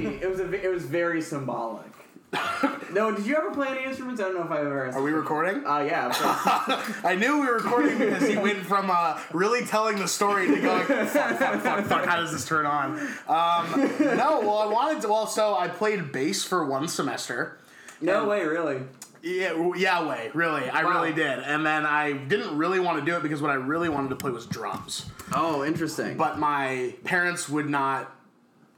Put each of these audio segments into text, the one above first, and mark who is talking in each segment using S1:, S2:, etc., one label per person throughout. S1: it was very symbolic. no, did you ever play any instruments? I don't know if I ever.
S2: Are we recording?
S1: Uh, yeah. of course.
S2: I knew we were recording because he went from uh, really telling the story to going, fuck, fuck, fuck, fuck, how does this turn on? Um, no, well, I wanted to. Well, so I played bass for one semester.
S1: no way, really.
S2: Yeah, w- yeah, way, really. I
S1: Wow.
S2: really did. And then I didn't really want to do it because what I really wanted to play was drums.
S3: Oh, interesting.
S2: But my parents would not.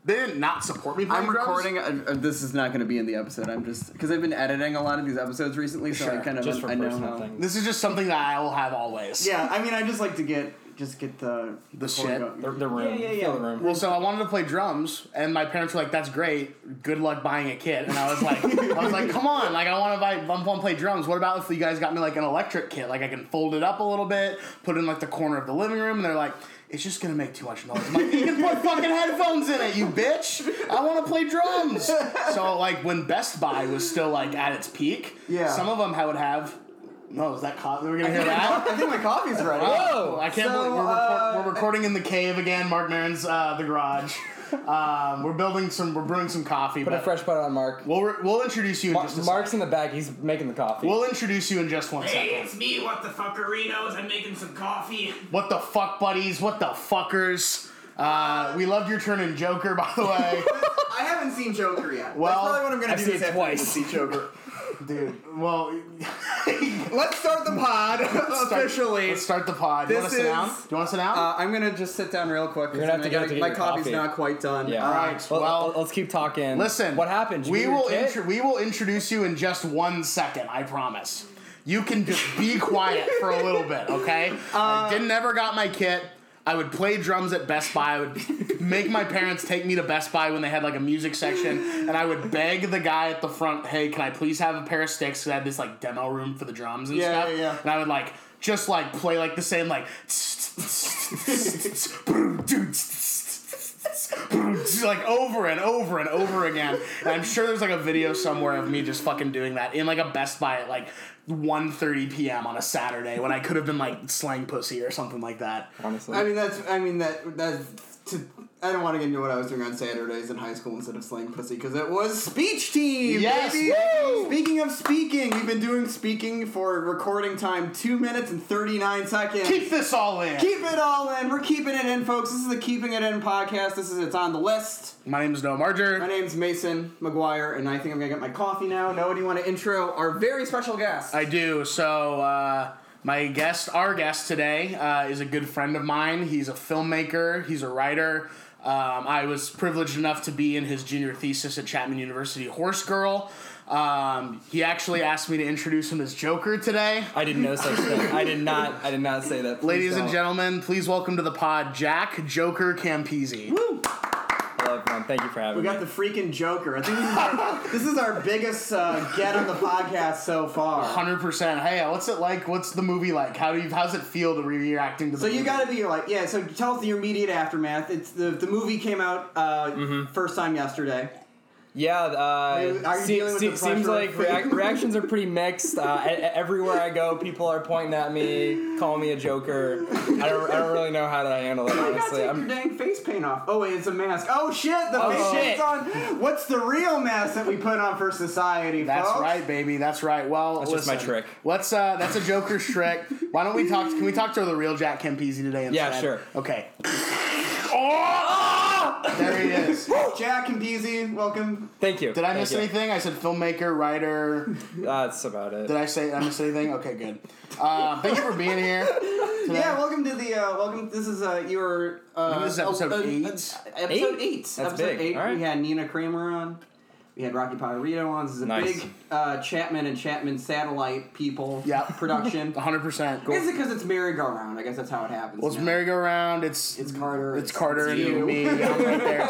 S2: They didn't not support me playing
S3: I'm
S2: drums.
S3: recording. Uh, uh, this is not going to be in the episode. I'm just because I've been editing a lot of these episodes recently, so
S2: Sure,
S3: I kind of
S4: Just for
S3: I know
S4: personal
S3: how.
S4: things.
S2: This is just something that I will have always.
S1: Yeah, I mean, I just like to get just get the
S2: The
S1: core
S2: shit.
S1: going.
S4: The, the room.
S1: Yeah, yeah,
S4: Fill
S1: yeah.
S4: the room.
S2: Well, so I wanted to play drums, and my parents were like, "That's great. Good luck buying a kit." And I was like, "I was like, come on! Like, I want to buy, I want to play drums. What about if you guys got me like an electric kit? Like, I can fold it up a little bit, put it in like the corner of the living room." And they're like, "It's just gonna make too much noise." I'm like, "You can put fucking headphones in it, you bitch! I want to play drums." So like, when Best Buy was still like at its peak,
S1: Yeah.
S2: some of them I would have. No, is that caught? We're gonna hear that.
S1: I think my coffee's ready.
S3: Oh!
S2: Whoa! Oh, I can't
S1: So,
S2: believe we're, record-
S1: uh,
S2: we're recording in the cave again. Mark Maron's uh, the garage. um, we're building some. We're brewing some coffee.
S4: Put a
S2: but
S4: fresh butt on Mark.
S2: We'll re- we'll introduce you in
S4: Mar-
S2: just a
S4: Mark's in the back. He's making the
S2: second.
S4: coffee.
S2: We'll introduce you in just one
S5: Hey,
S2: second.
S5: it's me, what the fuckerinos. I'm making some coffee.
S2: What the fuck, buddies? What the fuckers? Uh, we loved your turn in Joker, by the way.
S1: I haven't seen Joker yet.
S2: Well,
S1: That's probably what I'm gonna
S4: I've
S1: do
S4: seen
S1: this
S4: it
S1: afternoon
S4: twice.
S1: is See Joker.
S2: Dude, well,
S1: Let's start the pod
S2: start-
S1: officially.
S2: let's start the pod. Do you
S1: This
S2: want to sit
S1: is-
S2: down? Do you want to sit down?
S3: Uh, I'm gonna just sit down real quick. 'cause
S4: You're gonna have
S3: I'm
S4: to get-
S3: gotta-
S4: to get
S3: my
S4: your
S3: coffee's
S4: coffee.
S3: not quite done.
S4: yeah.
S3: Uh,
S2: All right.
S4: Well,
S2: Well,
S4: let's keep talking.
S2: Listen.
S4: What happened? Did you
S2: We
S4: get your
S2: will
S4: kit?
S2: intro- we will introduce you in just one second. I promise. You can just be quiet for a little bit, okay? I didn't ever got my kit. I would play drums at Best Buy. I would make my parents take me to Best Buy when they had like a music section, and I would beg the guy at the front, "Hey, can I please have a pair of sticks?" Because I had this like demo room for the drums and
S1: Yeah,
S2: stuff.
S1: yeah, yeah.
S2: And I would like just like play like the same like like over and over and over again. And I'm sure there's like a video somewhere of me just fucking doing that in like a Best Buy at like 1:30 p.m. on a Saturday when I could have been like slang pussy or something like that.
S4: Honestly.
S1: I mean, that's. I mean that. That's. To, I don't want to get into what I was doing on Saturdays in high school instead of slang pussy because it was speech team.
S2: Yes,
S1: baby!
S2: woo!
S1: Speaking of speaking, we've been doing speaking for recording time two minutes and thirty nine seconds.
S2: Keep this all in.
S1: Keep it all in. We're keeping it in, folks. This is the Keeping It In podcast. This is it's on the list.
S2: My name is Noah
S1: My
S2: Marger.
S1: name's Mason McGuire, and I think I'm gonna get my coffee now. Noah, do you want to intro our very special guest?
S2: I do. So uh my guest, our guest today, uh, is a good friend of mine. He's a filmmaker. He's a writer. Um, I was privileged enough to be in his junior thesis at Chapman University, Horse Girl. Um, he actually asked me to introduce him as Joker today.
S4: I didn't know such thing. I did not. I did not say that. Please
S2: Ladies and
S4: don't.
S2: gentlemen, please welcome to the pod Jack Joker Campese.
S4: Hello, everyone. Thank you for having
S1: We got
S4: me.
S1: the freaking Joker. I think this is our, this is our biggest uh, get on the podcast so far.
S2: 100%. Hey, what's it like? What's the movie like? How do you how's it feel to be reacting to the
S1: So you
S2: movie?
S1: got to be like, yeah. So tell us the immediate aftermath. It's the the movie came out uh,
S4: Mm-hmm.
S1: first time yesterday.
S4: yeah.
S1: you-
S4: Uh,
S1: are you
S4: se-
S1: dealing with
S4: se-
S1: the
S4: seems
S1: pressure
S4: like
S1: of-
S4: reac- reactions are pretty mixed. Uh, e- e- everywhere I go, people are pointing at me, calling me a joker. I don't. I don't really know how to handle it.
S1: You gotta
S4: Honestly,
S1: take
S4: I'm
S1: your dang face paint off. Oh wait, it's a mask. Oh shit, the
S4: Oh,
S1: face
S4: shit.
S1: paint's on. What's the real mask that we put on for society?
S2: That's
S1: folks?
S2: right, baby. That's right. Well,
S4: That's just my
S2: listen,
S4: trick.
S2: Let's. Uh, that's a Joker's trick. Why don't we talk? Can we talk to the real Jack Kempesi today? Instead?
S4: Yeah, sure.
S2: Okay. Oh! there he is.
S1: Jack and Peasy, welcome.
S4: Thank you.
S2: Did I miss
S4: Thank you. Uh,
S2: anything? I said filmmaker, writer.
S4: That's about it.
S2: Did I say I missed anything? Okay, good. Uh, thank you for being here. Today.
S1: Yeah, welcome to the uh, welcome. This is uh, your uh,
S2: This is episode
S1: uh, uh,
S2: eight.
S1: episode eight.
S4: Eight? That's
S1: episode
S4: big.
S1: eight.
S4: All right.
S1: We had Nina Kramer on. We had Rocky Pirito on. This is a
S4: Nice.
S1: big uh, Chapman and Chapman satellite people
S2: Yeah.
S1: production.
S2: One hundred percent.
S1: Is it because it's merry-go-round? I guess that's how it happens.
S2: Well, it's
S1: now.
S2: merry-go-round. It's
S1: It's Carter.
S2: It's Carter and
S1: you.
S2: me. I'm right there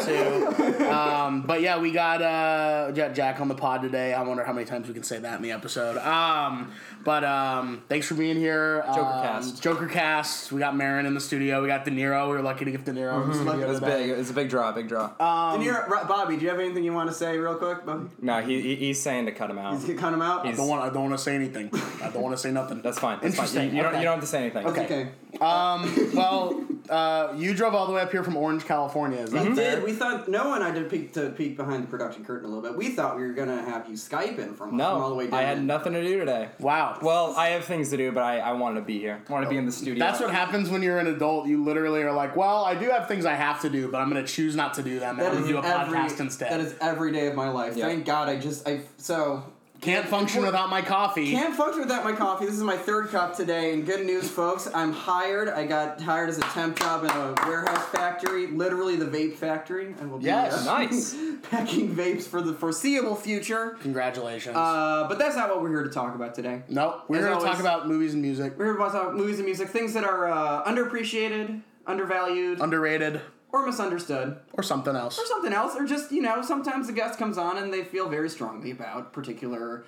S2: too. Um, but yeah, we got uh, Ja- Jack on the pod today. I wonder how many times we can say that in the episode. Um, but um, thanks for being here. Um,
S4: Jokercast.
S2: Jokercast. We got Marin in the studio. We got De Niro. We were lucky to get De Niro.
S1: Mm-hmm.
S2: in the studio
S4: It was
S2: today.
S4: big. It's a big draw. Big draw.
S2: Um,
S1: De Niro- Ro- Bobby, do you have anything you want to say real quick? Bobby,
S4: no, he, he he's saying to cut him out.
S1: Just get- cut him out.
S2: I don't want. I don't want to say anything. I don't want to say nothing.
S4: That's fine. That's fine.
S2: Interesting.
S4: You, you don't
S2: Okay.
S4: you don't have to say anything.
S2: Okay.
S1: okay.
S2: Um, well, uh, you drove all the way up here from Orange, California. Is that
S1: Mm-hmm. We
S2: fair?
S1: did. We thought no one. I did peek to peek behind the production curtain a little bit. We thought we were gonna have you Skype in from, from all the way
S4: No,
S1: down.
S4: I had nothing to do today.
S2: Wow.
S4: Well, I have things to do, but I, I wanted to be here. I wanted to be in the studio.
S2: That's what happens when you're an adult. You literally are like, well, I do have things I have to do, but I'm going to choose not to do them and
S1: That
S2: I'm
S1: is
S2: going to do a
S1: every-
S2: podcast instead.
S1: That is every day of my life.
S4: Yeah.
S1: Thank God. I just I so
S2: Can't function without my coffee.
S1: Can't function without my coffee. This is my third cup today, and good news, folks. I'm hired. I got hired as a temp job in a warehouse factory, literally the vape factory. I will be uh,
S2: Yes.
S4: Nice.
S1: packing vapes for the foreseeable future.
S2: Congratulations.
S1: Uh, but that's not what we're here to talk about today.
S2: nope. We're
S1: as
S2: going to
S1: always-
S2: talk about movies and music.
S1: We're here to talk about movies and music, things that are uh, underappreciated, undervalued,
S2: Underrated
S1: or misunderstood,
S2: or something else.
S1: or something else, or just you know, sometimes a guest comes on and they feel very strongly about particular.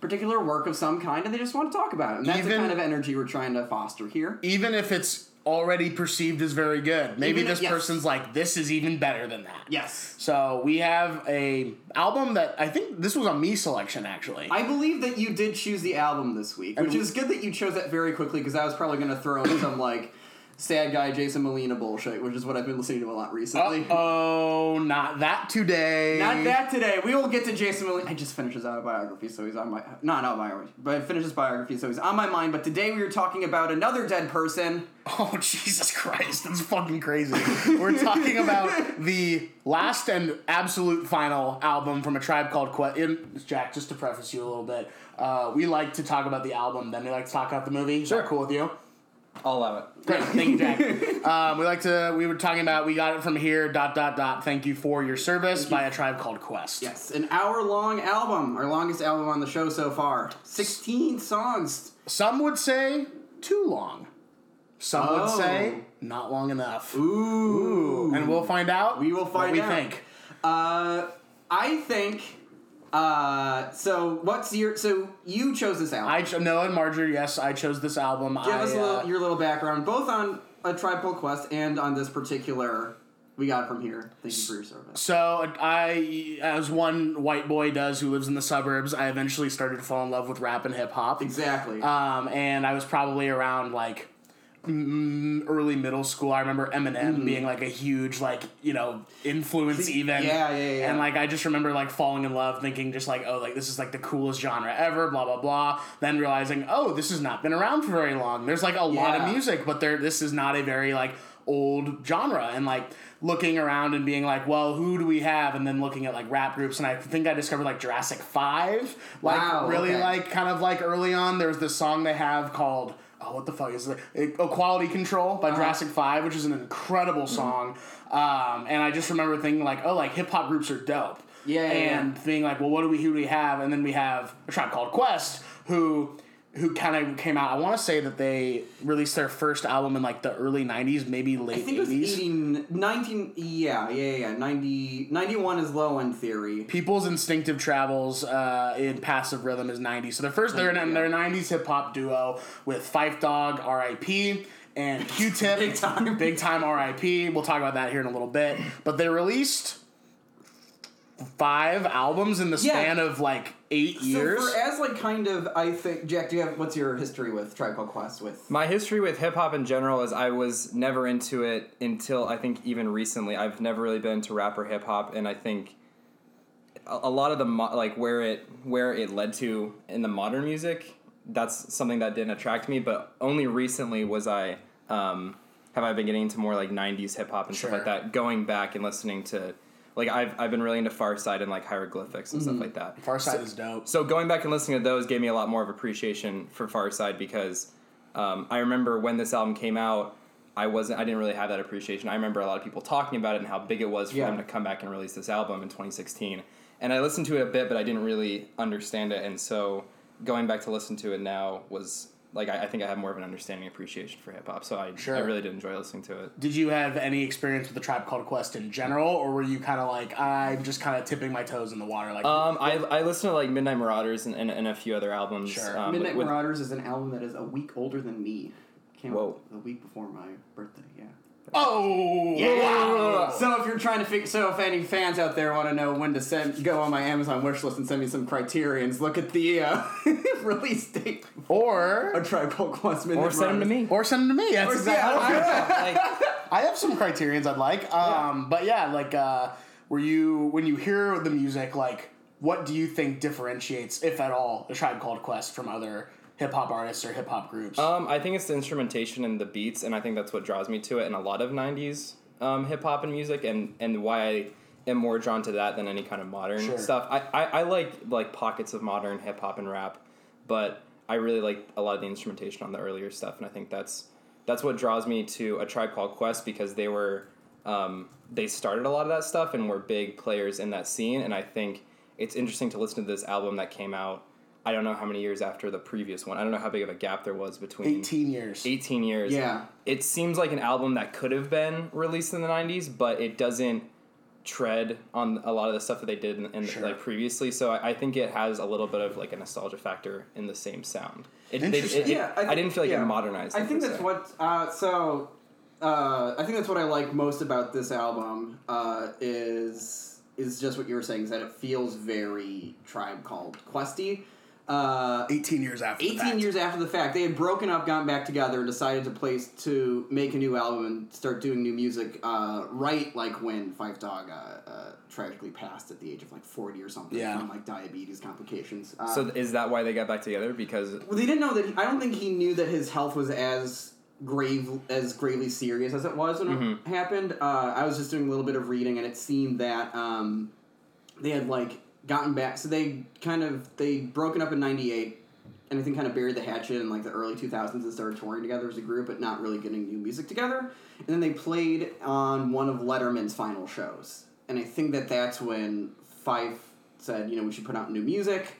S1: Particular work of some kind, and they just want to talk about it. And that's the
S2: Even-
S1: kind of energy we're trying to foster here.
S2: Even if it's already perceived as very good, maybe
S1: Even if-
S2: this
S1: yes.
S2: person's like, this is even better than that.
S1: Yes.
S2: So we have a album that I think this was a me selection actually.
S1: I believe that you did choose the album this week, which is good that you chose that very quickly because I was probably going to throw in some like sad guy Jason Molina bullshit, which is what I've been listening to a lot recently.
S2: oh, not that today.
S1: Not that today. We will get to Jason Molina. I just finished his autobiography, so he's on my not autobiography, but I finished his biography, so he's on my mind. But today we were talking about another dead person.
S2: Oh Jesus Christ, that's fucking crazy. We're talking about the last and absolute final album from a tribe called Quest. And Jack, just to preface you a little bit, uh, we like to talk about the album, then we like to talk about the movie. Is that
S4: Sure.
S2: cool with you?
S4: I'll love it.
S2: Great, thank you, Jack. um, we like to. We were talking about. We got it from here. Dot dot dot. Thank you for your service by a tribe called Quest.
S1: Yes, an hour long album, our longest album on the show so far. Sixteen songs.
S2: Some would say too long. Some
S1: Oh.
S2: would say not long enough.
S1: Ooh.
S2: And we'll find out.
S1: We will find
S2: what we
S1: out.
S2: think.
S1: Uh, I think. Uh, so what's your? So you chose this album.
S2: I ch- Noah and Marjorie. Yes, I chose this album.
S1: Give
S2: I,
S1: us a
S2: uh,
S1: little, your little background, both on a Tribe Called Quest and on this particular. We got it from here. Thank you for your service.
S2: So I, as one white boy does who lives in the suburbs, I eventually started to fall in love with rap and hip hop.
S1: Exactly.
S2: Um, and I was probably around like mm, early middle school. I remember Eminem
S1: Mm.
S2: being like a huge like you know influence even.
S1: yeah, yeah, yeah.
S2: And like I just remember like falling in love, thinking just like oh like this is like the coolest genre ever, blah blah blah. Then realizing oh this has not been around for very long. There's like a lot
S1: Yeah.
S2: of music, but there this is not a very like old genre and like looking around and being like well who do we have and then looking at like rap groups and i think i discovered like jurassic 5 like
S1: Wow,
S2: really
S1: okay.
S2: like kind of like early on, there was this song they have called oh what the fuck is it? Uh, Quality Control
S1: Uh-huh.
S2: by Jurassic Five, which is an incredible
S1: Mm-hmm.
S2: song. Um, and I just remember thinking like, oh, like hip hop groups are dope.
S1: Yeah, yeah, yeah.
S2: And being like, well, what do we who do we have? And then we have a tribe called Quest, who who kind of came out. I want to say that they released their first album in like the early '90s, maybe late
S1: I think it was
S2: '80s.
S1: 18, 19, yeah, yeah, yeah, 90, 91 is low in theory.
S2: People's Instinctive Travels uh, in Passive Rhythm is 90. So their first, they're in their 90s hip hop duo with Fife Dog, RIP, and Q Tip.
S1: Big time.
S2: Big time RIP. We'll talk about that here in a little bit. But they released five albums in the
S1: Yeah.
S2: span of like eight years.
S1: So for as like kind of, I think, Jack, do you have, what's your history with Tribe Called Quest with?
S4: My history with hip hop in general is I was never into it until I think even recently. I've never really been into rap or hip hop, and I think a, a lot of the mo- like where it where it led to in the modern music. That's something that didn't attract me, but only recently was I um, have I been getting into more like '90s hip hop and stuff like
S2: Sure.
S4: that. Going back and listening to like I've I've been really into Far Side and like hieroglyphics and stuff like that.
S2: Far Side is dope.
S4: So going back and listening to those gave me a lot more of appreciation for Farside because um, I remember when this album came out, I wasn't I didn't really have that appreciation. I remember a lot of people talking about it and how big it was for
S1: Yeah.
S4: them to come back and release this album in 2016. And I listened to it a bit, but I didn't really understand it. And so going back to listen to it now was like I, I think I have more of an understanding and appreciation for hip hop. So I, I
S2: Sure.
S4: really did enjoy listening to it.
S2: Did you have any experience with the Tribe Called Quest in general, or were you kind of like, I'm just kind of tipping my toes in the water? Like,
S1: Uh,
S4: Um, I, I listened to like Midnight Marauders and, and, and a few other albums.
S2: Sure.
S4: Um,
S1: Midnight
S4: with-
S1: Marauders is an album that is a week older than me. Came
S4: Whoa.
S1: out the week before my birthday, yeah.
S2: oh!
S1: Yeah. So if you're trying to figure, so if any fans out there want to know when to send, go on my Amazon wish list and send me some criterions. Look at the uh, release date.
S2: Or
S1: A tribe called Quest Midnight
S4: or send them to
S1: Marauders.
S4: me.
S2: Or send them to me. That's
S1: Or-
S2: exactly
S1: yeah,
S4: like,
S2: I have some criterions I'd like. Um, But yeah, like, uh, were you when you hear the music, like, what do you think differentiates, if at all, a Tribe Called Quest from other hip hop artists or hip hop groups?
S4: Um, I think it's the instrumentation and the beats, and I think that's what draws me to it. And a lot of '90s um, hip hop and music, and and why I am more drawn to that than any kind of modern
S2: Sure.
S4: stuff. I, I, I like like pockets of modern hip hop and rap, but I really like a lot of the instrumentation on the earlier stuff, and I think that's that's what draws me to a Tribe Called Quest because they were um, they started a lot of that stuff and were big players in that scene. And I think it's interesting to listen to this album that came out. I don't know how many years after the previous one. I don't know how big of a gap there was between
S2: Eighteen years.
S4: 18 years.
S1: Yeah.
S4: It seems like an album that could have been released in the 90s, but it doesn't tread on a lot of the stuff that they did in, in
S2: Sure.
S4: like previously. So I, I think it has a little bit of like a nostalgia factor in the same sound. It, they- it-
S2: Interesting.
S4: it-
S1: Yeah,
S4: I,
S1: I thi-
S4: didn't feel like
S1: yeah.
S4: it modernized.
S1: I
S4: them,
S1: think
S4: per
S1: that's
S4: se.
S1: what. Uh, so, uh, I think that's what I like most about this album uh, is is just what you were saying is that it feels very Tribe Called Questy. Uh,
S2: Eighteen years after. the
S1: 18
S2: fact.
S1: years after the fact, they had broken up, gotten back together, and decided to place to make a new album and start doing new music. Uh, right, like when Five Dog uh, uh, tragically passed at the age of like 40 or something
S2: Yeah.
S1: from like diabetes complications. Uh,
S4: So is that why they got back together? Because
S1: well, they didn't know that. I don't think he knew that his health was as grave as gravely serious as it was when it happened. Uh, I was just doing a little bit of reading, and it seemed that um, they had like gotten back. So they kind of they broken up in '98. And I think kind of buried the hatchet in like the early 2000s and started touring together as a group, but not really getting new music together. And then they played on one of Letterman's final shows, and I think that that's when Fife said, you know, we should put out new music.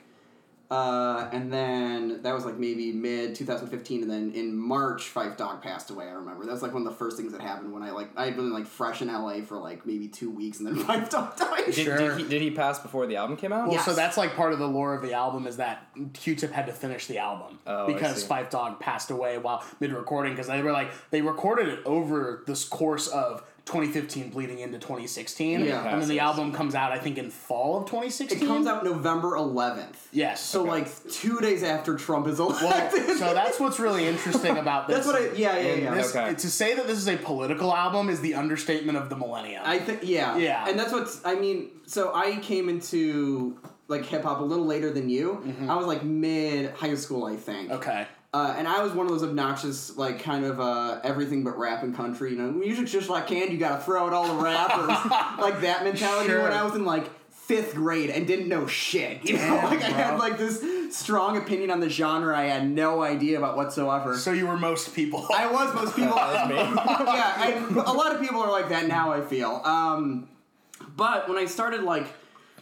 S1: Uh, and then that was like maybe mid 2015, and then in March, Fife Dog passed away. I remember that's like one of the first things that happened when I like I had been like fresh in LA for like maybe two weeks, and then Fife Dog died.
S4: did,
S2: Sure.
S4: did, he, did he pass before the album came out?
S2: Well, so
S1: Yes.
S2: that's like part of the lore of the album is that Q-Tip had to finish the album
S4: Oh, I
S2: because
S4: see.
S2: Five Dog passed away while mid-recording because they were like they recorded it over this course of 2015 bleeding into 2016,
S1: Yeah.
S2: and then the
S4: Passes.
S2: album comes out I think in fall of 2016.
S1: It comes out November 11th.
S2: yes.
S1: So like two days after Trump is elected.
S2: so that's what's really interesting about this.
S1: that's what I yeah yeah yeah.
S2: This-
S4: Okay.
S2: To say that this is a political album is the understatement of the millennium.
S1: I think yeah.
S2: Yeah.
S1: And that's what's I mean, so I came into like hip hop a little later than you. I was like mid high school, I think.
S2: Mm-hmm. okay.
S1: Uh, and I was one of those obnoxious, like, kind of uh, everything but rap and country. You know, music's just like candy, you gotta throw it all the rap, or like that mentality.
S2: Sure.
S1: When I was in like fifth grade and didn't know shit, you know,
S2: Damn,
S1: like I had
S2: bro.
S1: like this strong opinion on the genre I had no idea about whatsoever.
S2: So you were most people.
S1: I was most people.
S4: That's me.
S1: yeah, I, a lot of people are like that now. I feel. Um, but when I started like,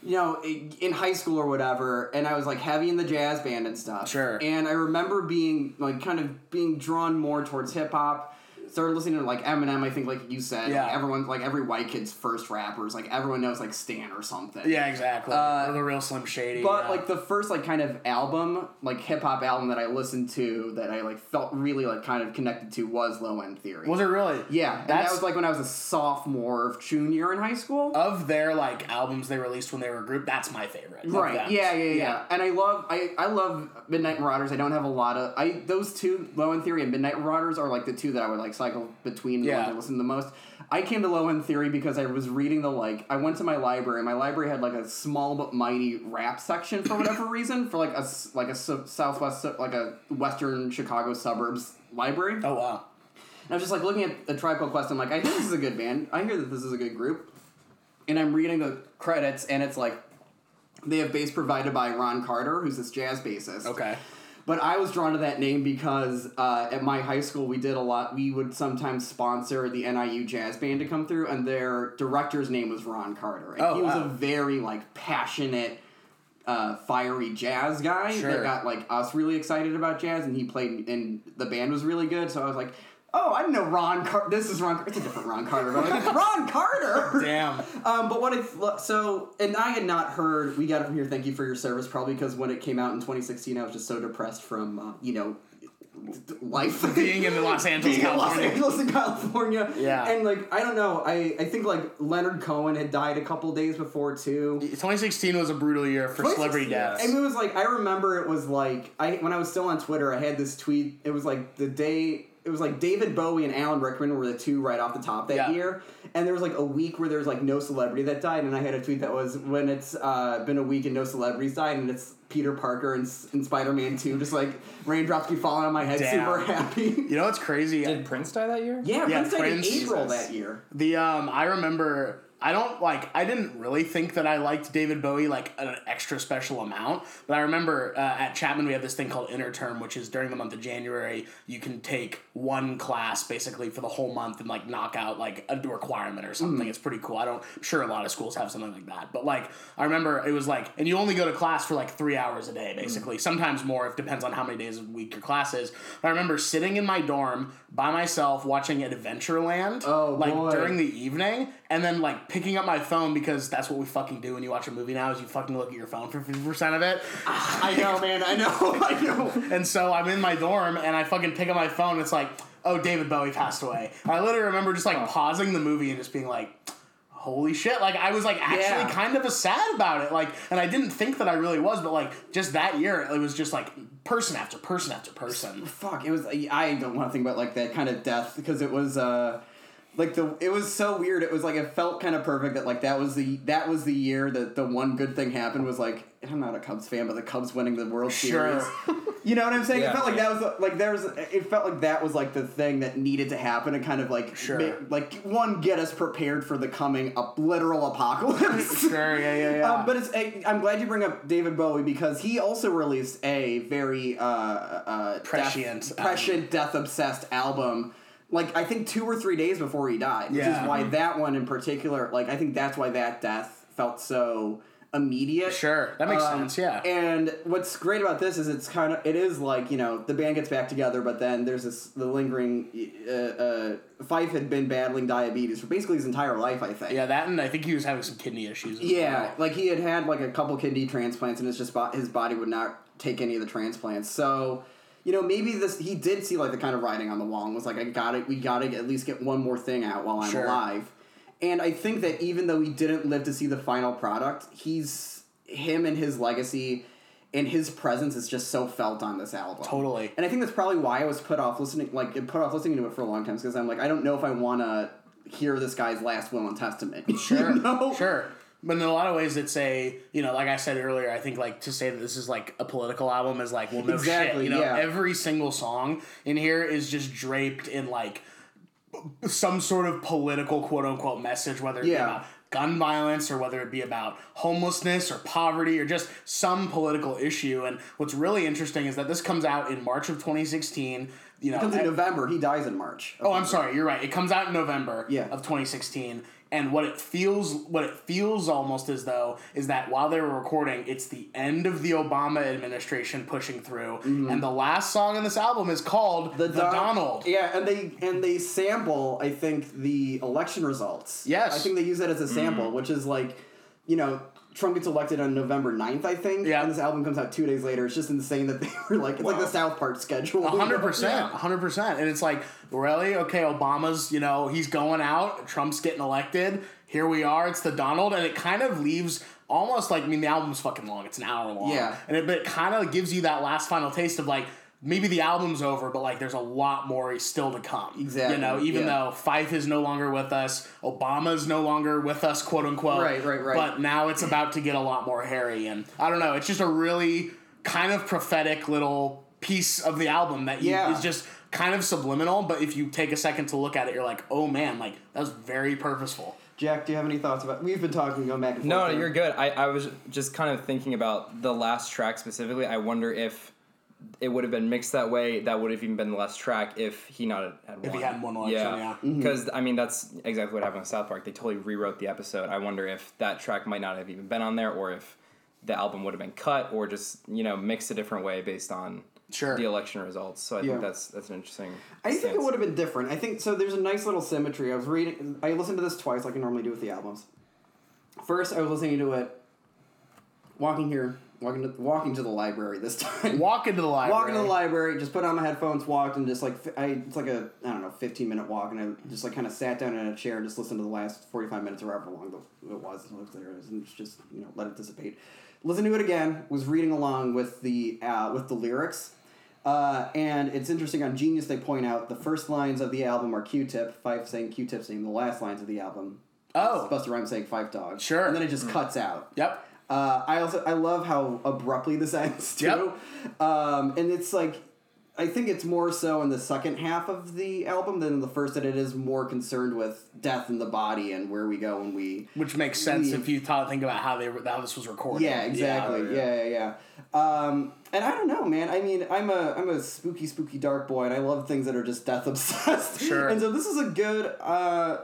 S1: you know, i- in high school or whatever, and I was like heavy in the jazz band and stuff.
S2: Sure.
S1: And I remember being like kind of being drawn more towards hip hop. Started listening to like Eminem. I think like you said,
S2: Yeah.
S1: like, everyone's like every white kid's first rapper is like everyone knows like Stan or something.
S2: yeah, exactly. or the real Slim Shady.
S1: Uh, But
S2: yeah.
S1: like the first like kind of album, like hip hop album that I listened to that I like felt really like kind of connected to was Low End Theory.
S2: was it really?
S1: Yeah, and that
S2: That's- Oh,
S1: was like when I was a sophomore, junior in high school.
S2: of their like albums they released when they were a group, that's my favorite. of
S1: right.
S2: them.
S1: Yeah, yeah, yeah, And I love I I love Midnight Marauders. I don't have a lot of I those two Low End Theory and Midnight Marauders are like the two that I would like cycle between. The
S2: Yeah.
S1: ones I listen to the most. I came to Low End Theory because I was reading the like I went to my library. and My library had like a small but mighty rap section for whatever reason for like a s- like a sou- southwest like a western Chicago suburbs library.
S2: Oh wow.
S1: And I was just like looking at the Tribe Called Quest. I'm like, I hear this is a good band. I hear that this is a good group. And I'm reading the credits, and it's like they have bass provided by Ron Carter, who's this jazz bassist.
S2: Okay.
S1: But I was drawn to that name because uh, at my high school we did a lot. We would sometimes sponsor the NIU jazz band to come through, and their director's name was Ron Carter, and
S2: Oh,
S1: he was
S2: wow.
S1: a very like passionate, uh, fiery jazz guy that
S2: Sure.
S1: got like us really excited about jazz, and he played, and the band was really good. So I was like. Oh, I didn't know Ron Carter. This is Ron. Car- It's a different Ron Carter. But I was like, Ron Carter.
S2: Damn.
S1: Um, but what if so? And I had not heard "We Got It From Here." Thank you for your service. Probably because when it came out in 2016, I was just so depressed from uh, you know life
S2: Being in Los Angeles,
S1: Being in Los
S2: California.
S1: Angeles and California.
S2: Yeah.
S1: and like I don't know. I I think like Leonard Cohen had died a couple days before too.
S2: 2016 was a brutal year for celebrity deaths.
S1: I mean, it was like I remember it was like I when I was still on Twitter, I had this tweet. It was like the day. It it was like David Bowie and Alan Rickman were the two right off the top that
S2: Yeah.
S1: year. And there was like a week where there was like no celebrity that died, and I had a tweet that was when it's uh, been a week and no celebrities died, and it's Peter Parker and, and Spider Man Two, just like raindrops keep falling on my head,
S2: Damn.
S1: super happy.
S2: You know what's crazy?
S4: Did Prince die that year?
S1: yeah,
S2: Yeah,
S1: Prince died in
S2: Prince-
S1: April
S4: Jesus.
S1: that year.
S2: The um, I remember. I don't like. I didn't really think that I liked David Bowie like an extra special amount, but I remember uh, at Chapman we have this thing called interterm, which is during the month of January you can take one class basically for the whole month and like knock out like a requirement or something. It's pretty cool. I don't. I'm sure a lot of schools have something like that, but like I remember it was like, and you only go to class for like three hours a day basically. Sometimes more. It depends on how many days a week your class is. I remember sitting in my dorm by myself watching Adventureland
S1: Oh,
S2: like
S1: boy.
S2: during the evening, and then like picking up my phone because that's what we fucking do when you watch a movie now is you fucking look at your phone for fifty percent of it.
S1: I know, man. I know. I know.
S2: And so I'm in my dorm and I fucking pick up my phone. And it's like, oh, David Bowie passed away. I literally remember just like
S1: Oh.
S2: pausing the movie and just being like. Holy shit! Like I was like actually
S1: Yeah.
S2: kind of a sad about it, like, and I didn't think that I really was, but like just that year, it was just like person after person after person.
S1: fuck it was i don't want to think about like that kind of death because it was uh like the it was so weird it was like it felt kind of perfect that like that was the that was the year that the one good thing happened was like and i'm not a cubs fan but the cubs winning the world
S2: Sure.
S1: series you know what i'm saying
S4: Yeah.
S1: it felt like that was the- like there was it felt like that was like the thing that needed to happen and kind of like
S2: Sure.
S1: like one get us prepared for the coming up literal apocalypse
S2: Sure, yeah, yeah, yeah.
S1: um, but it's I, I'm glad you bring up David Bowie because he also released a very uh, uh,
S2: Prescient
S1: death, prescient, death obsessed album. Like I think two or three days before he died, which
S2: Yeah. Mm-hmm.
S1: is why that one in particular. Like I think that's why that death felt so immediate. Um,
S2: Sure, that
S1: uh,
S2: makes sense. Yeah,
S1: And what's great about this is it's kind of it is like you know the band gets back together, but then there's this the lingering. Uh, uh, Fife had been battling diabetes for basically his entire life, I think.
S2: Yeah, that and I think he was having some kidney issues. As
S1: Yeah,
S2: well.
S1: like he had had like a couple kidney transplants, and it's just bo- his body would not take any of the transplants. So, you know, maybe this he did see like the kind of writing on the wall and was like, I got it. We got to at least get one more thing out while I'm
S2: Sure.
S1: alive. And I think that even though he didn't live to see the final product, he's him and his legacy and his presence is just so felt on this album.
S2: Totally.
S1: And I think that's probably why I was put off listening, like put off listening to it for a long time, because I'm like, I don't know if I want to hear this guy's last will and testament. You
S2: sure,
S1: know?
S2: sure. But in a lot of ways, it's a you know, like I said earlier, I think like to say that this is like a political album is like well, no
S1: Exactly,
S2: shit. You know,
S1: yeah.
S2: every single song in here is just draped in like some sort of political quote unquote message, whether it be
S1: Yeah.
S2: about gun violence or whether it be about homelessness or poverty or just some political issue. And what's really interesting is that this comes out in March of 2016. You know,
S1: comes in
S2: at-
S1: November. He dies in March.
S2: Oh, I'm sorry. You're right. It comes out in November
S1: Yeah.
S2: of 2016, and what it feels what it feels almost as though is that while they were recording, it's the end of the Obama administration pushing through, and the last song on this album is called "The,
S1: Mm-hmm. Don-
S2: Donald."
S1: Oh, Yeah, and they and they sample. I think the election results.
S2: Yes. Mm.
S1: I think they use that as a sample, which is like, you know, Trump gets elected on November 9th, I think.
S2: Yeah.
S1: and this album comes out two days later. It's just insane that they were like, it's like the South Park schedule.
S2: A hundred percent, a hundred percent, and it's like really okay. Obama's, you know, he's going out. Trump's getting elected. Here we are. It's the Donald, and it kind of leaves almost like I mean the album's fucking long. It's an hour long.
S1: Yeah.
S2: and it, but it kind of gives you that last final taste of like maybe the album's over, but like there's a lot more still to come.
S1: Exactly,
S2: You know, even
S1: yeah.
S2: though Fife is no longer with us, Obama's no longer with us, quote unquote.
S1: Right, right, right.
S2: But now it's about to get a lot more hairy, and I don't know. It's just a really kind of prophetic little piece of the album that you,
S1: Yeah.
S2: is just kind of subliminal. But if you take a second to look at it, you're like, oh man, like that was very purposeful.
S1: Jack, do you have any thoughts about? We've been talking, going back and forth.
S4: No,
S1: here.
S4: you're good. I, I was just kind of thinking about the last track specifically. I wonder if it would have been mixed that way. That would have even been the last track if he not had won.
S2: he hadn't won election, yeah.
S1: Mm-hmm.
S4: Because, I mean, that's exactly what happened with South Park. They totally rewrote the episode. I wonder if that track might not have even been on there or if the album would have been cut or just, you know, mixed a different way based on
S2: Sure.
S4: the election results. So I
S1: Yeah.
S4: think that's that's an interesting
S1: I think it
S4: stance.
S1: would have been different. I think so. There's a nice little symmetry. I was reading. I listened to this twice, like I normally do with the albums. First, I was listening to it, walking here, walking to walking to the library this time.
S2: Walk into the library.
S1: Walking to the library, just put on my headphones, walked, and just like fi- I, it's like a I don't know, fifteen minute walk, and I just like kind of sat down in a chair and just listened to the last forty five minutes or however long the, it was, and looked there, and just you know let it dissipate. Listened to it again, was reading along with the uh, with the lyrics, Uh, and it's interesting on Genius, they point out the first lines of the album are Q Tip, Fife saying Q Tip's name, the last lines of the album.
S2: Oh.
S1: It's Busta Rhymes saying Fife Dog.
S2: Sure. Mm.
S1: And then it just cuts out.
S2: Yep.
S1: Uh, I also I love how abruptly this ends too, um, and it's like I think it's more so in the second half of the album than in the first that it is more concerned with death in the body and where we go when we
S2: Which makes sense
S1: Yeah.
S2: if you thought, think about how they were, how this was recorded.
S1: yeah exactly yeah yeah yeah, Um, and I don't know man I mean I'm a I'm a spooky spooky dark boy and I love things that are just death obsessed
S2: Sure.
S1: and so this is a good uh,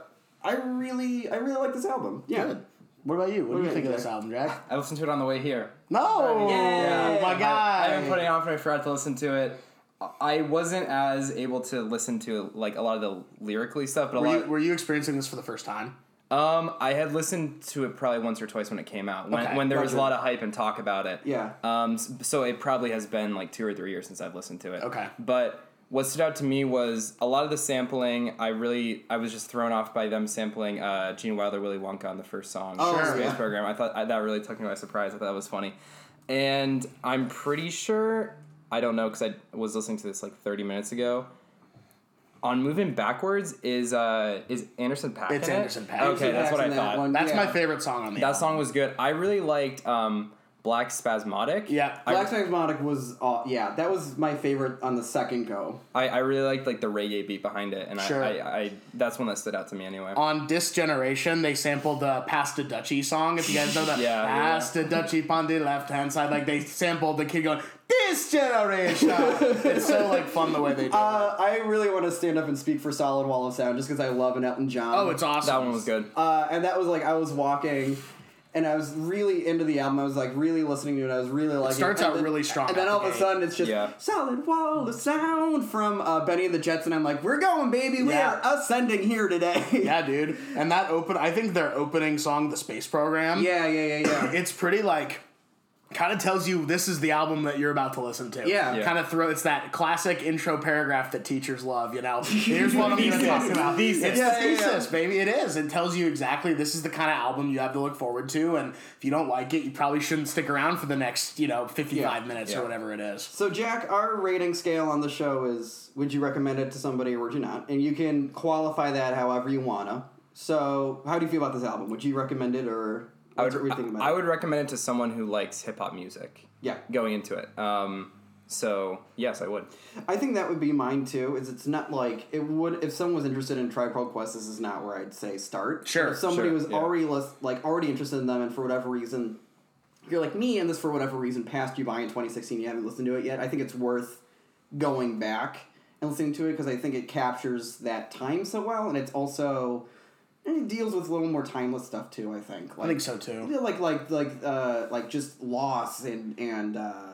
S1: I really I really like this album yeah
S2: What about you? What, do you
S1: about
S2: think
S1: you,
S2: of this
S1: Jack?
S2: album, Jack?
S4: I listened to it on the way here.
S2: No.
S1: Yay.
S2: My guy.
S4: I've been putting it on, but I forgot to listen to it. I wasn't as able to listen to like a lot of the lyrically stuff, but a
S2: were,
S4: lot.
S2: you, were you experiencing this for the first time?
S4: Um, I had listened to it probably once or twice when it came out, when,
S2: Okay,
S4: when there was a
S1: gotcha.
S4: lot of hype and talk about it.
S1: Yeah.
S4: Um, s- so it probably has been like two or three years since I've listened to it.
S2: Okay.
S4: But what stood out to me was a lot of the sampling. I really, I was just thrown off by them sampling uh, Gene Wilder, Willy Wonka on the first song,
S1: Oh,
S4: Space
S1: yeah.
S4: Program. I thought I, that really took me by surprise. I thought that was funny, and I'm pretty sure I don't know because I was listening to this like 30 minutes ago. On moving backwards is uh is Anderson Paak.
S2: It's
S4: in it?
S2: Anderson Paak.
S4: Okay, that's what I
S1: in that
S4: thought.
S1: one,
S2: That's
S1: yeah.
S2: my favorite song on the
S4: That
S2: album.
S4: song was good. I really liked um, Black Spasmodic.
S2: Yeah.
S4: I-
S1: Black Spasmodic was uh, yeah, that was my favorite on the second go.
S4: I, I really liked like the reggae beat behind it, and
S2: Sure.
S4: I, I, I that's one that stood out to me anyway.
S2: on Dis Generation, they sampled the Pasta Dutchie song. If you guys know that
S4: Yeah, yeah.
S2: Pasta Dutchie on the left hand side, like they sampled the kid going, This Generation. it's so like fun the way they do it.
S4: Um,
S1: Uh, I really want to stand up and speak for Solid Wall of Sound just because I love an Elton John.
S2: Oh, it's awesome.
S4: That one was good.
S1: uh, and that was like I was walking. And I was really into the album. I was like really listening to it. I was really liking.
S2: starts
S1: it.
S2: out
S1: And then-
S2: really strong
S1: and then
S2: out
S1: all
S2: the
S1: of a
S2: gate.
S1: sudden it's just
S4: Yeah.
S1: solid wall of sound from uh, Benny and the Jets, and I'm like, we're going, baby. We
S2: Yeah.
S1: are ascending here today.
S2: Yeah, dude. And that open, I think their opening song, The Space Program,
S1: yeah, yeah, yeah, yeah.
S2: it's pretty like kind of tells you this is the album that you're about to listen to.
S1: Yeah. Yeah.
S2: Kind of throw it's that classic intro paragraph that teachers love, you know. Here's what I'm gonna talk about. Thesis. It's
S1: Yeah,
S2: the
S1: yeah, yeah.
S2: thesis, baby. It is. It tells you exactly this is the kind of album you have to look forward to, and if you don't like it, you probably shouldn't stick around for the next, you know, fifty five
S1: Yeah.
S2: minutes
S4: Yeah.
S2: or whatever it is.
S1: So, Jack, our rating scale on the show is would you recommend it to somebody or would you not? And you can qualify that however you want to. So, how do you feel about this album? Would you recommend it or
S4: I
S1: what's what
S4: would,
S1: were you thinking about
S4: I
S1: it?
S4: would recommend it to someone who likes hip hop music.
S1: Yeah.
S4: Going into it. Um, so yes, I would.
S1: I think that would be mine too. Is it's not like it would if someone was interested in Tribe Called Quest. This is not where I'd say start.
S2: Sure,
S1: But If somebody
S4: sure,
S1: was
S4: yeah.
S1: already less, like already interested in them, and for whatever reason, if you're like me, and this for whatever reason passed you by in 2016, you haven't listened to it yet. I think it's worth going back and listening to it because I think it captures that time so well, and it's also and it deals with a little more timeless stuff too. I think. Like,
S2: I think so too.
S1: yeah, like like like uh like just loss and and uh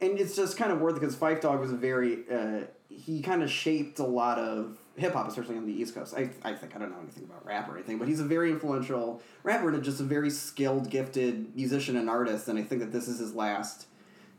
S1: and it's just kind of worth it because Fife Dog was a very uh he kind of shaped a lot of hip hop, especially on the East Coast. I I think I don't know anything about rap or anything, but he's a very influential rapper and just a very skilled, gifted musician and artist. And I think that this is his last.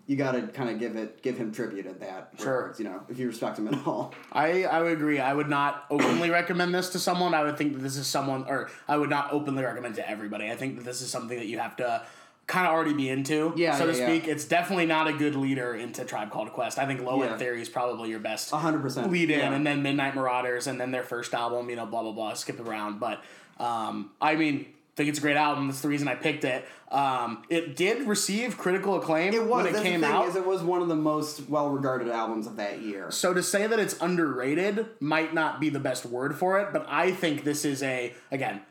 S1: You got to kind of give it give him tribute at that.
S2: Sure.
S1: regards, you know, if you respect him at all.
S2: I, I would agree. I would not openly recommend this to someone. I would think that this is someone, or I would not openly recommend to everybody. I think that this is something that you have to kind of already be into,
S1: Yeah,
S2: so to
S1: yeah, yeah.
S2: speak. It's definitely not a good leader into Tribe Called Quest. I think Low
S1: Yeah.
S2: End Theory is probably your best
S1: A hundred percent.
S2: lead in,
S1: Yeah.
S2: and then Midnight Marauders, and then their first album, you know, blah blah blah. Skip around, but um, I mean, think it's a great album. That's the reason I picked it. Um, it did receive critical acclaim
S1: It was
S2: when it
S1: that's the
S2: came
S1: thing,
S2: out.
S1: Is it was one of the most well regarded albums of that year.
S2: So to say that it's underrated might not be the best word for it, but I think this is a again,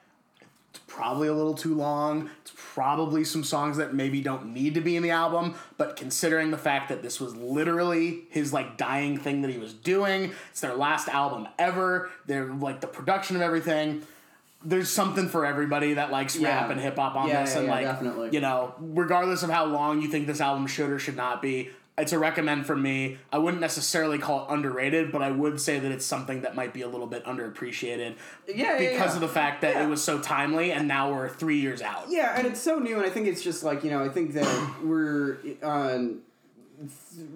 S2: it's probably a little too long. It's probably some songs that maybe don't need to be in the album, but considering the fact that this was literally his like dying thing that he was doing, it's their last album ever. They're like the production of everything. There's something for everybody that likes rap
S1: Yeah.
S2: and hip hop on
S1: Yeah,
S2: this,
S1: yeah,
S2: and
S1: yeah,
S2: like
S1: definitely.
S2: you know, regardless of how long you think this album should or should not be, it's a recommend from me. I wouldn't necessarily call it underrated, but I would say that it's something that might be a little bit underappreciated.
S1: Yeah, yeah,
S2: because
S1: yeah.
S2: of the fact that it was so timely, and now we're three years out.
S1: Yeah, and it's so new, and I think it's just like you know, I think that we're on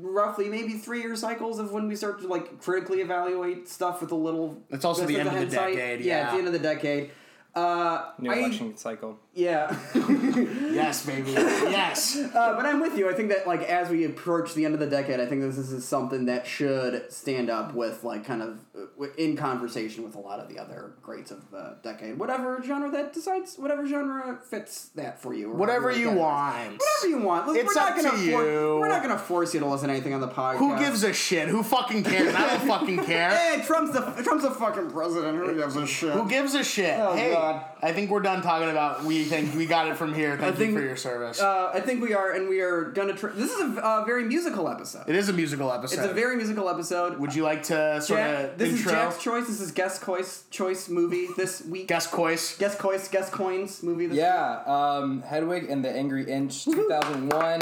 S1: roughly maybe three year cycles of when we start to like critically evaluate stuff with a little.
S2: It's also the
S1: bit
S2: end of the
S1: hindsight.
S2: decade,
S1: Yeah, it's
S2: yeah.
S1: the end of the decade. Uh,
S4: New
S1: I-
S4: election cycle.
S1: yeah.
S2: Yes, baby. Yes.
S1: Uh, but I'm with you. I think that like as we approach the end of the decade, I think this, this is something that should stand up with like kind of uh, w- in conversation with a lot of the other greats of the decade, whatever genre that decides, whatever genre fits that for you, or
S2: Whatever
S1: that
S2: you
S1: gathers.
S2: want.
S1: Whatever you want. Look,
S2: It's
S1: we're not
S2: up to
S1: gonna for-
S2: you.
S1: We're not gonna force you to listen to anything on the podcast.
S2: Who gives a shit? Who fucking cares? I don't fucking care.
S1: Hey, Trump's the Trump's the fucking president. Who gives a shit?
S2: Who gives a shit?
S1: Oh,
S2: hey,
S1: God.
S2: I think we're done talking about. We think we got it from here. Thank
S1: think-
S2: you for your service.
S1: uh, I think we are, and we are gonna. Tr- this is a uh, very musical episode.
S2: it is a musical episode.
S1: It's a very musical episode.
S2: Would you like to sort
S1: Jack,
S2: of
S1: this
S2: intro?
S1: is Jack's choice. This is guest choice choice movie this week.
S2: Guest Coyce.
S1: guest choice guest coins movie. This
S4: Yeah, um, Hedwig and the Angry Inch, 2001,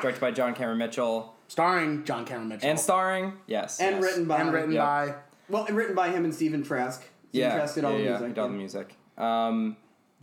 S4: directed by John Cameron Mitchell,
S2: starring John Cameron Mitchell
S4: and starring yes,
S1: and
S4: yes.
S1: written by
S2: and written
S4: Yeah.
S2: by.
S1: well written by him and Stephen Trask. Stephen
S4: yeah,
S1: Trask did all
S4: yeah,
S1: the
S4: yeah,
S1: music.
S4: he did all the music. Um,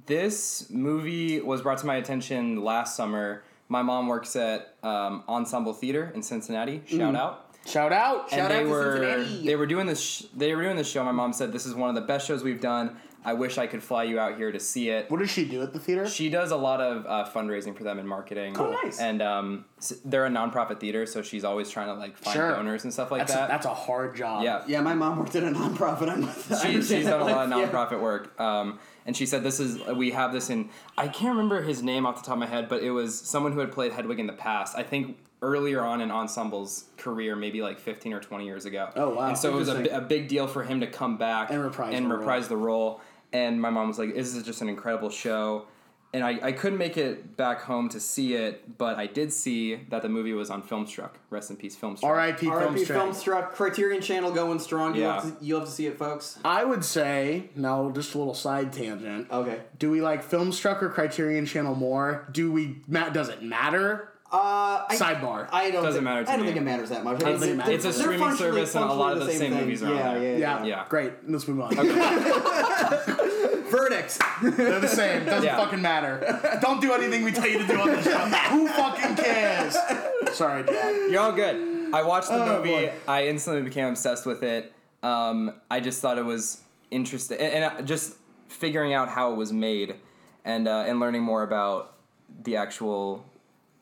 S4: this movie was brought to my attention last summer. My mom works at um, Ensemble Theater in Cincinnati. Shout out.
S2: Shout out.
S4: and
S1: Shout
S4: they
S1: out to
S4: were
S1: Cincinnati.
S4: they were doing this sh- they were doing this show. My mom said this is one of the best shows we've done. I wish I could fly you out here to see it.
S2: what does she do at the theater?
S4: She does a lot of uh, fundraising for them and marketing.
S1: Cool. nice.
S4: And um, s- they're a nonprofit theater, so she's always trying to like find
S2: Sure.
S4: donors and stuff like
S2: that's,
S4: that.
S2: A, that's a hard job.
S4: yeah.
S1: Yeah, my mom worked at a nonprofit. I'm with I
S4: She,
S1: understand
S4: she's
S1: that
S4: done a lot of
S1: life, yeah.
S4: nonprofit work, um, and she said this is we have this in. I can't remember his name off the top of my head, but it was someone who had played Hedwig in the past. I think earlier on in Ensemble's career, maybe like fifteen or twenty years ago.
S2: Oh, wow.
S4: And so it was a, bi-
S1: Interesting.
S4: a big deal for him to come back
S2: And reprise
S4: and
S2: the role.
S4: reprise the role. And my mom was like, "This is just an incredible show." And I, I couldn't make it back home to see it, but I did see that the movie was on Filmstruck. Rest in peace, Filmstruck.
S2: R.I.P.
S1: R.I.P.
S2: Filmstruck.
S1: Filmstruck, Criterion Channel going strong. You'll,
S4: Yeah.
S1: have to, you'll have to see it, folks.
S2: I would say now, just a little side tangent.
S1: Okay.
S2: Do we like Filmstruck or Criterion Channel more? Do we? Matt, does it matter?
S1: Uh, I,
S2: Sidebar.
S1: I don't.
S4: Doesn't
S1: think,
S4: matter to
S1: I don't
S4: me.
S1: think it matters that much.
S4: It's-
S1: think
S2: it's a
S1: they're
S4: streaming
S1: functionally-
S4: service and a lot of the
S1: functionally
S4: same movies are on
S1: Yeah,
S4: there.
S1: yeah,
S2: yeah,
S1: yeah.
S4: Yeah.
S2: Great. Let's move on.
S1: Verdict.
S2: They're the same. Doesn't
S4: Yeah.
S2: fucking matter. Don't do anything we tell you to do on the show. Who fucking cares? Sorry, Jack.
S4: You're all good. I watched the
S1: Oh,
S4: movie.
S1: boy.
S4: I instantly became obsessed with it. Um, I just thought it was interesting, and, and I- just figuring out how it was made, and uh, and learning more about the actual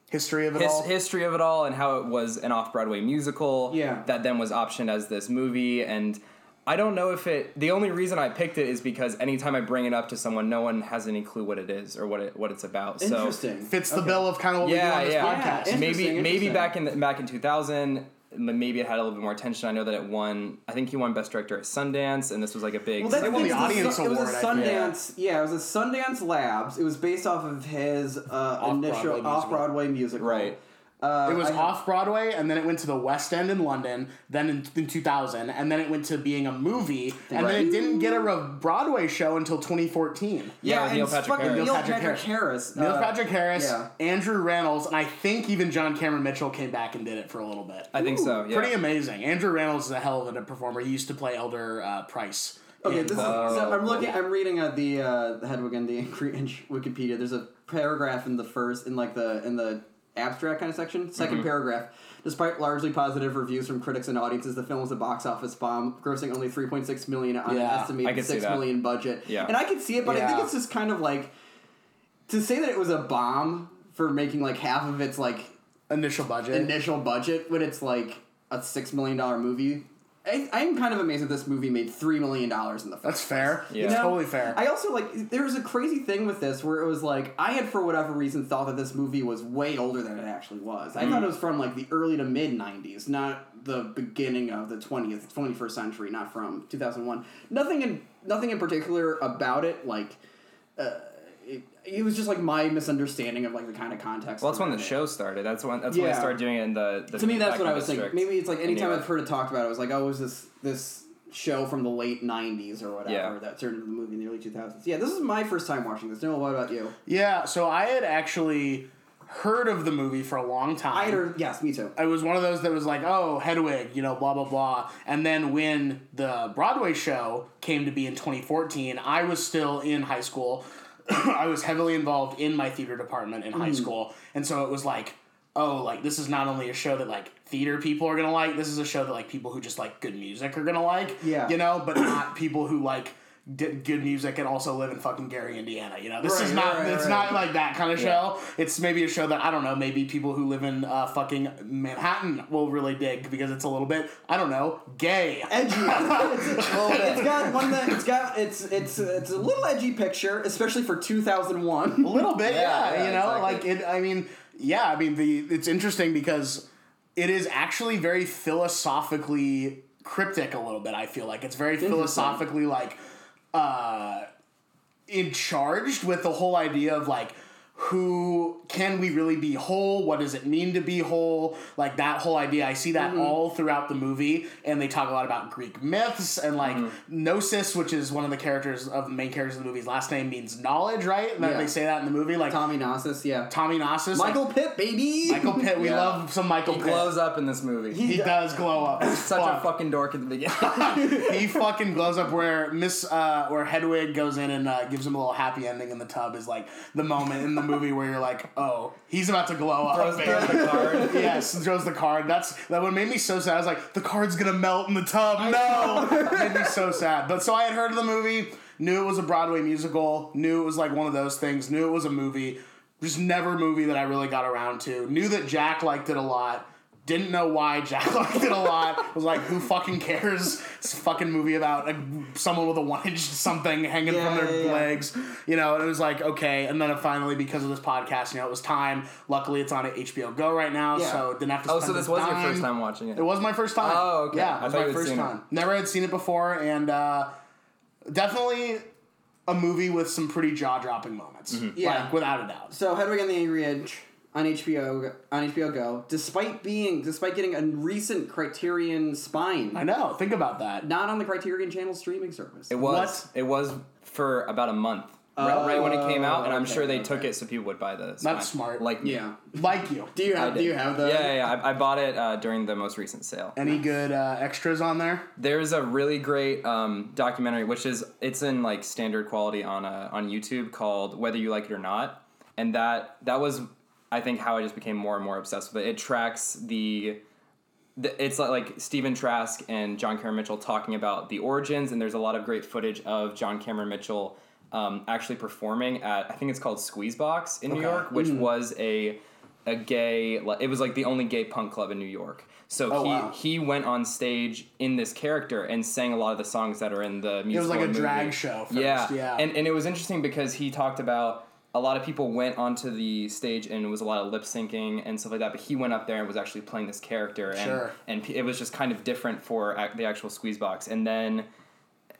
S2: History of it
S4: his,
S2: all.
S4: history of it all, and how it was an off Broadway musical.
S1: Yeah.
S4: That then was optioned as this movie, and I don't know if it. The only reason I picked it is because anytime I bring it up to someone, no one has any clue what it is or what it what it's about. So
S1: Interesting.
S2: Fits the bill of kind of what
S4: yeah,
S2: we do on this
S4: yeah.
S2: podcast.
S1: Yeah,
S4: maybe
S1: Interesting,
S4: maybe
S1: interesting.
S4: back in the, back in 2000 m- maybe it had a little bit more attention i know that it won i think he won best director at sundance and this was like a big
S1: Well, that's
S2: They won
S1: thing,
S2: the
S1: it was a
S2: audience
S1: Sun- It was a
S2: award, I think.
S1: Sundance. Yeah. it was a Sundance Labs. It was based off of his uh, initial
S2: musical.
S1: off Broadway musical.
S4: Right.
S1: Uh,
S2: It was
S1: I-
S2: off Broadway, and then it went to the West End in London, then in, in 2000, and then it went to being a movie, and
S4: Right.
S2: then it didn't get a re- Broadway show until 2014.
S4: yeah,
S1: and
S4: neil
S1: it's
S4: patrick
S1: fucking
S4: harris
S1: Neil
S2: Patrick
S1: Patrick, Harris.
S2: Neil
S1: uh,
S2: Patrick Harris,
S1: yeah.
S2: Andrew Reynolds, and I think even John Cameron Mitchell came back and did it for a little bit.
S4: i think so yeah
S2: Pretty amazing. Andrew Reynolds is a hell of a performer. He used to play Elder uh, Price.
S1: Okay,
S2: in-
S1: this is.
S4: Oh,
S1: So I'm looking.
S4: yeah.
S1: I'm reading uh, the uh, the Hedwig and the Angry Inch Wikipedia. There's a paragraph in the first, in like the in the abstract kind of section. 2nd
S4: Mm-hmm.
S1: paragraph. Despite largely positive reviews from critics and audiences, the film was a box office bomb, grossing only 3.6 million on
S2: Yeah,
S1: an
S4: I
S1: estimated
S4: could see
S1: six
S4: that.
S1: million budget.
S4: Yeah.
S1: and I could see it, but I
S2: Yeah.
S1: think it's just kind of like to say that it was a bomb for making like half of its like
S2: initial budget.
S1: initial budget when it's like a six million dollar movie. I, I'm kind of amazed that this movie made three million dollars in the.
S2: That's
S1: First.
S2: fair.
S4: Yeah.
S2: It's
S4: You know,
S2: totally fair.
S1: I also like there was a crazy thing with this where it was like I had for whatever reason thought that this movie was way older than it actually was. I
S4: Mm.
S1: thought it was from like the early to mid '90s, not the beginning of the 20th, 21st century, not from 2001. Nothing in nothing in particular about it. Like uh, it, it was just like my misunderstanding of like the kind of context.
S4: well that's when
S1: around
S4: the
S1: it.
S4: show started that's when that's when
S1: Yeah.
S4: they started doing it in the, the
S1: To me, that's
S4: back
S1: what
S4: in
S1: I was
S4: district.
S1: thinking. Maybe it's like anytime
S4: Anyway.
S1: I've heard it talked about, it, I was like, oh, it was this this show from the late '90s or whatever
S4: Yeah.
S1: that turned into the movie in the early 2000s? Yeah, this is my first time watching this. No, what about you?
S2: yeah, so I had actually heard of the movie for a long time.
S1: I or yes, me too.
S2: it was one of those that was like, oh, Hedwig, you know, blah blah blah. And then when the Broadway show came to be in 2014, I was still in high school. I was heavily involved in my theater department in
S1: Hmm.
S2: high school, and so it was like, oh, like this is not only a show that like theater people are gonna like, this is a show that like people who just like good music are gonna like,
S1: Yeah.
S2: you know, but not people who like did good music and also live in fucking Gary, Indiana. You know, this
S1: Right,
S2: is not.
S1: right,
S2: it's
S1: right.
S2: not like that kind of show. It's maybe a show that I don't know. Maybe people who live in uh, fucking Manhattan will really dig because it's a little bit. I don't know. Gay.
S1: edgy. it's, it's got one that it's got it's it's it's a little edgy picture, especially for two thousand
S2: A
S1: one.
S2: little bit, yeah.
S4: Yeah, yeah,
S2: you know,
S4: exactly.
S2: like it. I mean, yeah. I mean, the it's interesting because it is actually very philosophically cryptic. A little bit, I feel like it's very philosophically like uh, in charged with the whole idea of like who can we really be whole what does it mean to be whole like that whole idea i see that
S4: Mm-hmm.
S2: all throughout the movie and they talk a lot about greek myths and like
S4: Mm-hmm.
S2: gnosis which is one of the characters of the main characters of the movie's last name means knowledge right and
S1: Yeah.
S2: they say that in the movie like
S1: Tommy Gnosis, yeah.
S2: tommy Gnosis, like,
S1: Michael Pitt, baby.
S2: michael pitt we
S4: Yeah.
S2: love some michael
S4: He
S2: pitt
S4: glows up in this movie.
S2: he does glow up as
S4: Such
S2: fuck.
S4: a fucking dork at the beginning.
S2: he fucking glows up where Miss uh, where Hedwig goes in and uh, gives him a little happy ending in the tub is like the moment in the movie where you're like, oh, he's about to glow up.
S4: Throws- throws the card.
S2: yes, and throws the card. That's that what made me so sad. I was like, the card's gonna melt in the tub. No, It made me so sad. But so I had heard of the movie, knew it was a Broadway musical, knew it was like one of those things, knew it was a movie. Just never a movie that I really got around to. Knew that Jack liked it a lot. Didn't know why Jack liked it a lot. Was like, who fucking cares? It's a fucking movie about like, someone with a one inch something hanging
S1: Yeah,
S2: from their
S1: yeah, yeah.
S2: legs. You know, and it was like, okay. And then finally, because of this podcast, you know, it was time. Luckily, it's on HBO Go right now,
S1: Yeah.
S2: so didn't have to.
S4: Oh,
S2: spend
S4: so this
S2: the
S4: was your first time watching it.
S2: It was my first time.
S4: Oh, okay.
S2: Yeah,
S4: I
S2: it was
S4: thought you
S2: my
S4: had
S2: first
S4: seen it.
S2: time. Never had seen it before, and uh, definitely a movie with some pretty jaw dropping moments.
S4: Mm-hmm.
S1: Yeah.
S2: like without a doubt.
S1: So Hedwig and the Angry Inch on HBO on HBO Go, despite being despite getting a recent Criterion spine,
S2: I know. Think about that.
S1: not on the Criterion Channel streaming service.
S4: It was. It was for about a month. Right, right when it came out, and I'm
S1: okay,
S4: sure they
S1: Oh, okay.
S4: took it so people would buy the. That's
S2: smart.
S4: Like me.
S1: yeah.
S2: Like you.
S1: Do you
S4: I
S1: have Do you
S4: did.
S1: have the?
S4: Yeah, yeah. yeah. I, I bought it uh, during the most recent sale.
S2: Any good uh, extras on there?
S4: There's a really great um, documentary, which is it's in like standard quality on uh, on YouTube called "Whether You Like It or Not," and that that was I think how I just became more and more obsessed with it. It tracks the, the it's like, like Stephen Trask and John Cameron Mitchell talking about the origins, and there's a lot of great footage of John Cameron Mitchell um, actually performing at I think it's called Squeezebox in New York, which was a a gay like, it was like the only gay punk club in New York. So he
S2: Oh, wow.
S4: he went on stage in this character and sang a lot of the songs that are in the music.
S2: It was like a drag show. First.
S4: Yeah.
S2: yeah.
S4: And and it was interesting because he talked about a lot of people went onto the stage and it was a lot of lip syncing and stuff like that, but he went up there and was actually playing this character, and
S2: Sure.
S4: and it was just kind of different for ac- the actual squeeze box. And then,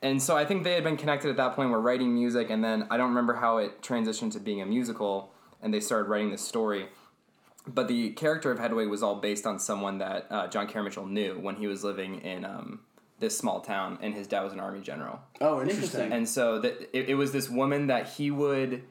S4: and so I think they had been connected at that point, were writing music, and then I don't remember how it transitioned to being a musical, and they started writing this story. But the character of Hedwig was all based on someone that uh, John Cameron Mitchell knew when he was living in um, this small town, and his dad was an army general.
S2: oh, interesting.
S1: Interesting.
S4: And so that it, it was this woman that he would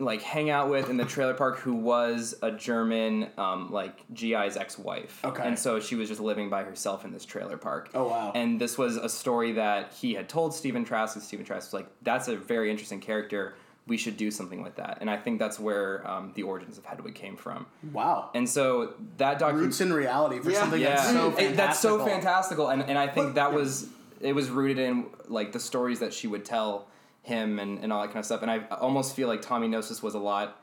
S4: like hang out with in the trailer park who was a German um, like GI's ex-wife.
S2: Okay.
S4: And so she was just living by herself in this trailer park.
S2: Oh, wow.
S4: And this was a story that he had told Stephen Trask and Stephen Trask was like that's a very interesting character. We should do something with that. And I think that's where um, the origins of Hedwig came from.
S2: Wow.
S4: And so that document
S2: Roots in reality for
S1: Yeah.
S2: something
S4: yeah,
S2: that's so
S4: It- that's so
S2: fantastical.
S4: fantastical, and and I think that was it was rooted in like the stories that she would tell him and, and all that kind of stuff, and I almost feel like Tommy Gnosis was a lot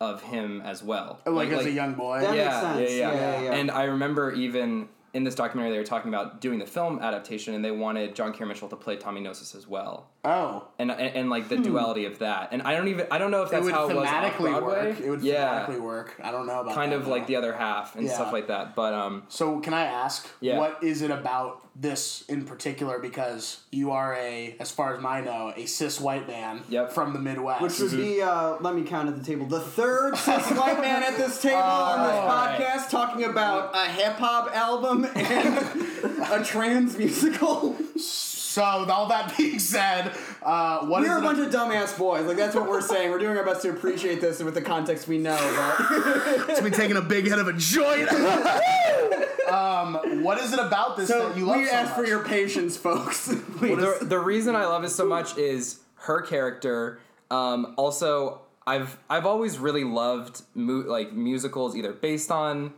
S4: of him as well,
S2: Oh, Like, as a young boy.
S1: That
S4: yeah,
S1: makes sense.
S4: Yeah, yeah,
S1: Yeah, yeah, yeah.
S4: And I remember even in this documentary they were talking about doing the film adaptation, and they wanted John Cameron Mitchell to play Tommy Gnosis as well,
S2: Oh.
S4: and and, and like the duality of that, and I don't even I don't know if
S2: It
S4: that's
S2: would
S4: how it was
S2: thematically
S4: off-Broadway.
S2: work. It would
S4: yeah,
S2: thematically work. I don't know about
S4: kind
S2: that,
S4: of
S2: though.
S4: like the other half and
S2: Yeah.
S4: stuff like that, but um.
S2: So can I ask
S4: Yeah.
S2: what is it about this in particular? Because you are a, as far as I know, a cis white man
S4: Yep.
S2: from the Midwest.
S1: Which would be, uh, let me count at the table, the third cis white man at this table on this
S4: Alright.
S1: podcast talking about a hip hop album and a trans musical.
S2: so with all that being said, uh, what is
S1: We're a
S2: it
S1: bunch of dumbass boys. Like, that's what we're saying. We're doing our best to appreciate this with the context we know. But
S2: to be taking a big head of a joint? um, what is it about this
S1: so
S2: that you love
S1: we
S2: so
S1: ask for
S2: much?
S1: your patience, folks. Please.
S4: the, the reason I love it so much is her character. Um, also, I've I've always really loved mu- like musicals, either based on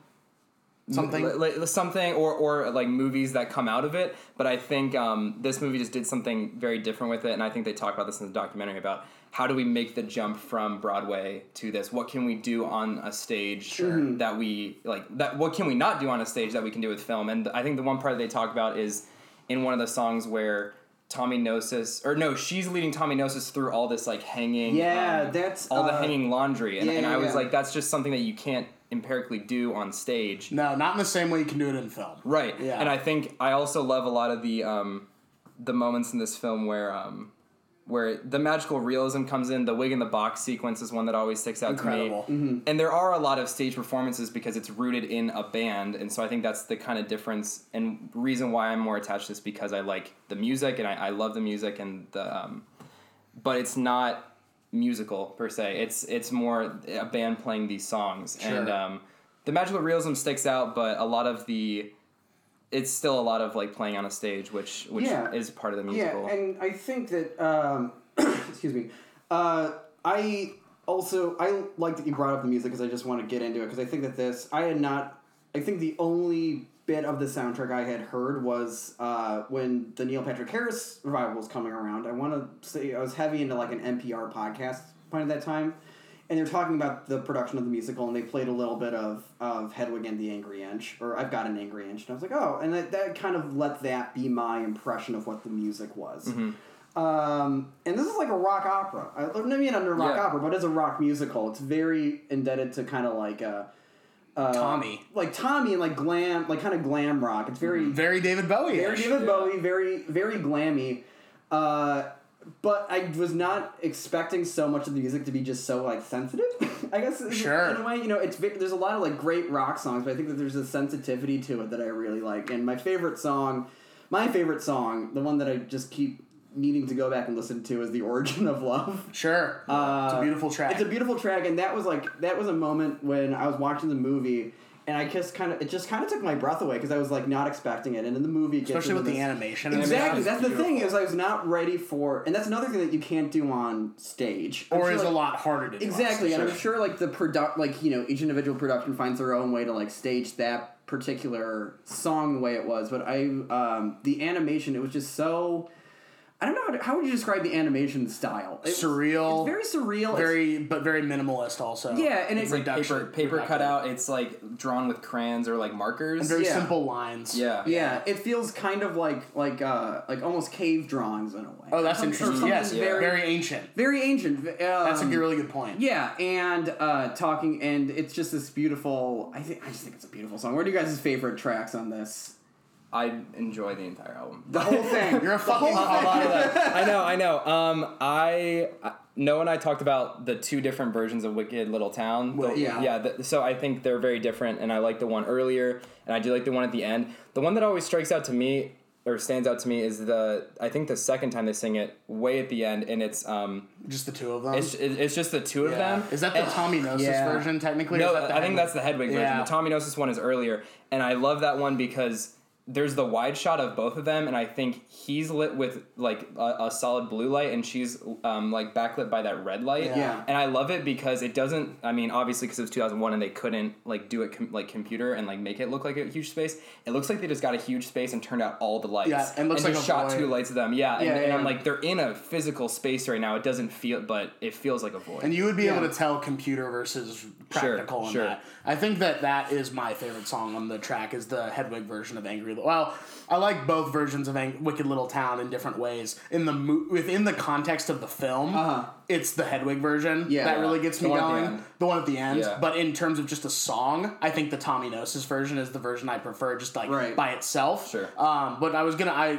S2: something.
S4: Li- li- something or, or like movies that come out of it but i think um, this movie just did something very different with it and i think they talk about this in the documentary about how do we make the jump from broadway to this what can we do on a stage
S1: Mm-hmm.
S4: that we like that what can we not do on a stage that we can do with film and i think the one part they talk about is in one of the songs where Tommy Gnosis, or no, she's leading Tommy Gnosis through all this like hanging.
S1: Yeah,
S4: um,
S1: that's,
S4: all the
S1: uh,
S4: hanging laundry, and,
S1: yeah,
S4: and I
S1: yeah,
S4: was
S1: yeah.
S4: like, that's just something that you can't empirically do on stage.
S2: no, not in the same way you can do it in film.
S4: Right.
S2: Yeah.
S4: And I think I also love a lot of the um, the moments in this film where um, where the magical realism comes in. The wig in the box sequence is one that always sticks out
S2: Incredible.
S4: to me. And there are a lot of stage performances because it's rooted in a band, and so I think that's the kind of difference and reason why I'm more attached to this because I like the music and I, I love the music and the, um, but it's not musical per se. It's it's more a band playing these songs, and
S2: Sure.
S4: um, the magical realism sticks out, but a lot of the it's still a lot of like playing on a stage, which which
S1: Yeah.
S4: is part of the musical.
S1: Yeah, and I think that um, excuse me. Uh, I also I like that you brought up the music because I just want to get into it because I think that this I had not. I think the only bit of the soundtrack I had heard was uh, when the Neil Patrick Harris revival was coming around. I want to say I was heavy into like an NPR podcast point at that time. And they're talking about the production of the musical, and they played a little bit of, of Hedwig and the Angry Inch, or I've Got an Angry Inch. And I was like, oh, and that, that kind of let that be my impression of what the music was. Um, and this is like a rock opera. I, I mean, under rock
S4: Yeah.
S1: opera, but it's a rock musical. It's very indebted to kind of like uh,
S2: Tommy,
S1: like Tommy and like glam, like kind of glam rock. It's very
S2: Mm-hmm. very David Bowie.
S1: very David Bowie, very very glammy. Uh, but I was not expecting so much of the music to be just so like sensitive. I guess in-
S2: Sure.
S1: in a way, you know, it's ve- there's a lot of like great rock songs, but I think that there's a sensitivity to it that I really like. And my favorite song, my favorite song, the one that I just keep needing to go back and listen to is "The Origin of Love."
S2: Sure,
S4: Uh,
S2: it's a beautiful track.
S1: It's a beautiful track, and that was like that was a moment when I was watching the movie, and I just kind of it just kind of took my breath away because I was like not expecting it, and then the movie gets
S2: especially
S1: into
S2: with the
S1: this-
S2: animation. and
S1: Exactly,
S2: everything.
S1: that's the thing is I was not ready for, and that's another thing that you can't do on stage, I'm
S2: or
S1: sure,
S2: is
S1: like-
S2: a lot harder to do.
S1: Exactly, and I'm
S2: honestly.
S1: sure like the product, like you know, each individual production finds their own way to like stage that particular song the way it was. But I, um, the animation, it was just so. I don't know how, to, how would you describe the animation style. It was-
S2: Surreal.
S1: It's very surreal. it's-
S2: very but very minimalist also.
S1: Yeah, and
S4: it's
S1: it's
S4: like
S2: reduction-
S4: paper paper
S2: reduction.
S4: cut out. It's like drawn with crayons or like markers.
S2: very
S1: yeah.
S2: simple lines.
S4: yeah.
S1: yeah, it feels kind of like like uh like almost cave drawings in a way.
S2: Oh, that's
S1: Some- or
S2: interesting.
S1: something
S2: Yes,
S4: yeah.
S2: very,
S1: very
S2: ancient.
S1: very ancient. v- Um,
S2: That's a really good point.
S1: yeah, and uh, talking, and it's just this beautiful. I think I just think it's a beautiful song. What are you guys' favorite tracks on this?
S4: I enjoy the entire album.
S1: The whole thing.
S2: You're a fucking
S4: a lot of that. I know, I know. Um, I I- Noah and I talked about the two different versions of Wicked Little Town. The-
S1: yeah.
S4: yeah. The, so I think they're very different, and I like the one earlier, and I do like the one at the end. The one that always strikes out to me or stands out to me is the I think the second time they sing it, way at the end, and it's um,
S2: just the two of them.
S4: it's it's just the two of
S2: Yeah.
S4: them.
S2: Is that the Tommy Gnosis
S1: yeah.
S2: version technically? or
S4: No,
S2: is that the
S4: I think that's the Hedwig version.
S2: Yeah.
S4: The Tommy Gnosis one is earlier, and I love that one because there's the wide shot of both of them, and I think he's lit with like a, a solid blue light, and she's um, like backlit by that red light.
S2: Yeah. Yeah.
S4: And I love it because it doesn't. I mean, obviously, because it was 2001, and they couldn't like do it com- like computer and like make it look like a huge space. It looks like they just got a huge space and turned out all the lights.
S2: Yeah, and looks like
S4: just
S2: a
S4: shot
S2: void.
S4: two lights of them. Yeah, and,
S1: Yeah,
S4: and
S1: yeah,
S4: I'm
S1: yeah.
S4: like, they're in a physical space right now. It doesn't feel, but it feels like a void.
S2: And you would be
S1: Yeah.
S2: able to tell computer versus practical in
S4: sure.
S2: that. I think that that is my favorite song on the track is the Hedwig version of Angry. Li- Well, I like both versions of Ang- Wicked Little Town in different ways. In the mo- within the context of the film,
S1: Uh-huh.
S2: it's the Hedwig version
S1: Yeah.
S2: that really gets
S4: The
S2: me
S4: one at the
S2: going.
S4: end.
S2: the one at the end.
S4: Yeah.
S2: But in terms of just a song, I think the Tommy Gnosis version is the version I prefer, just like
S1: Right.
S2: by itself.
S4: Sure.
S2: Um, but I was gonna I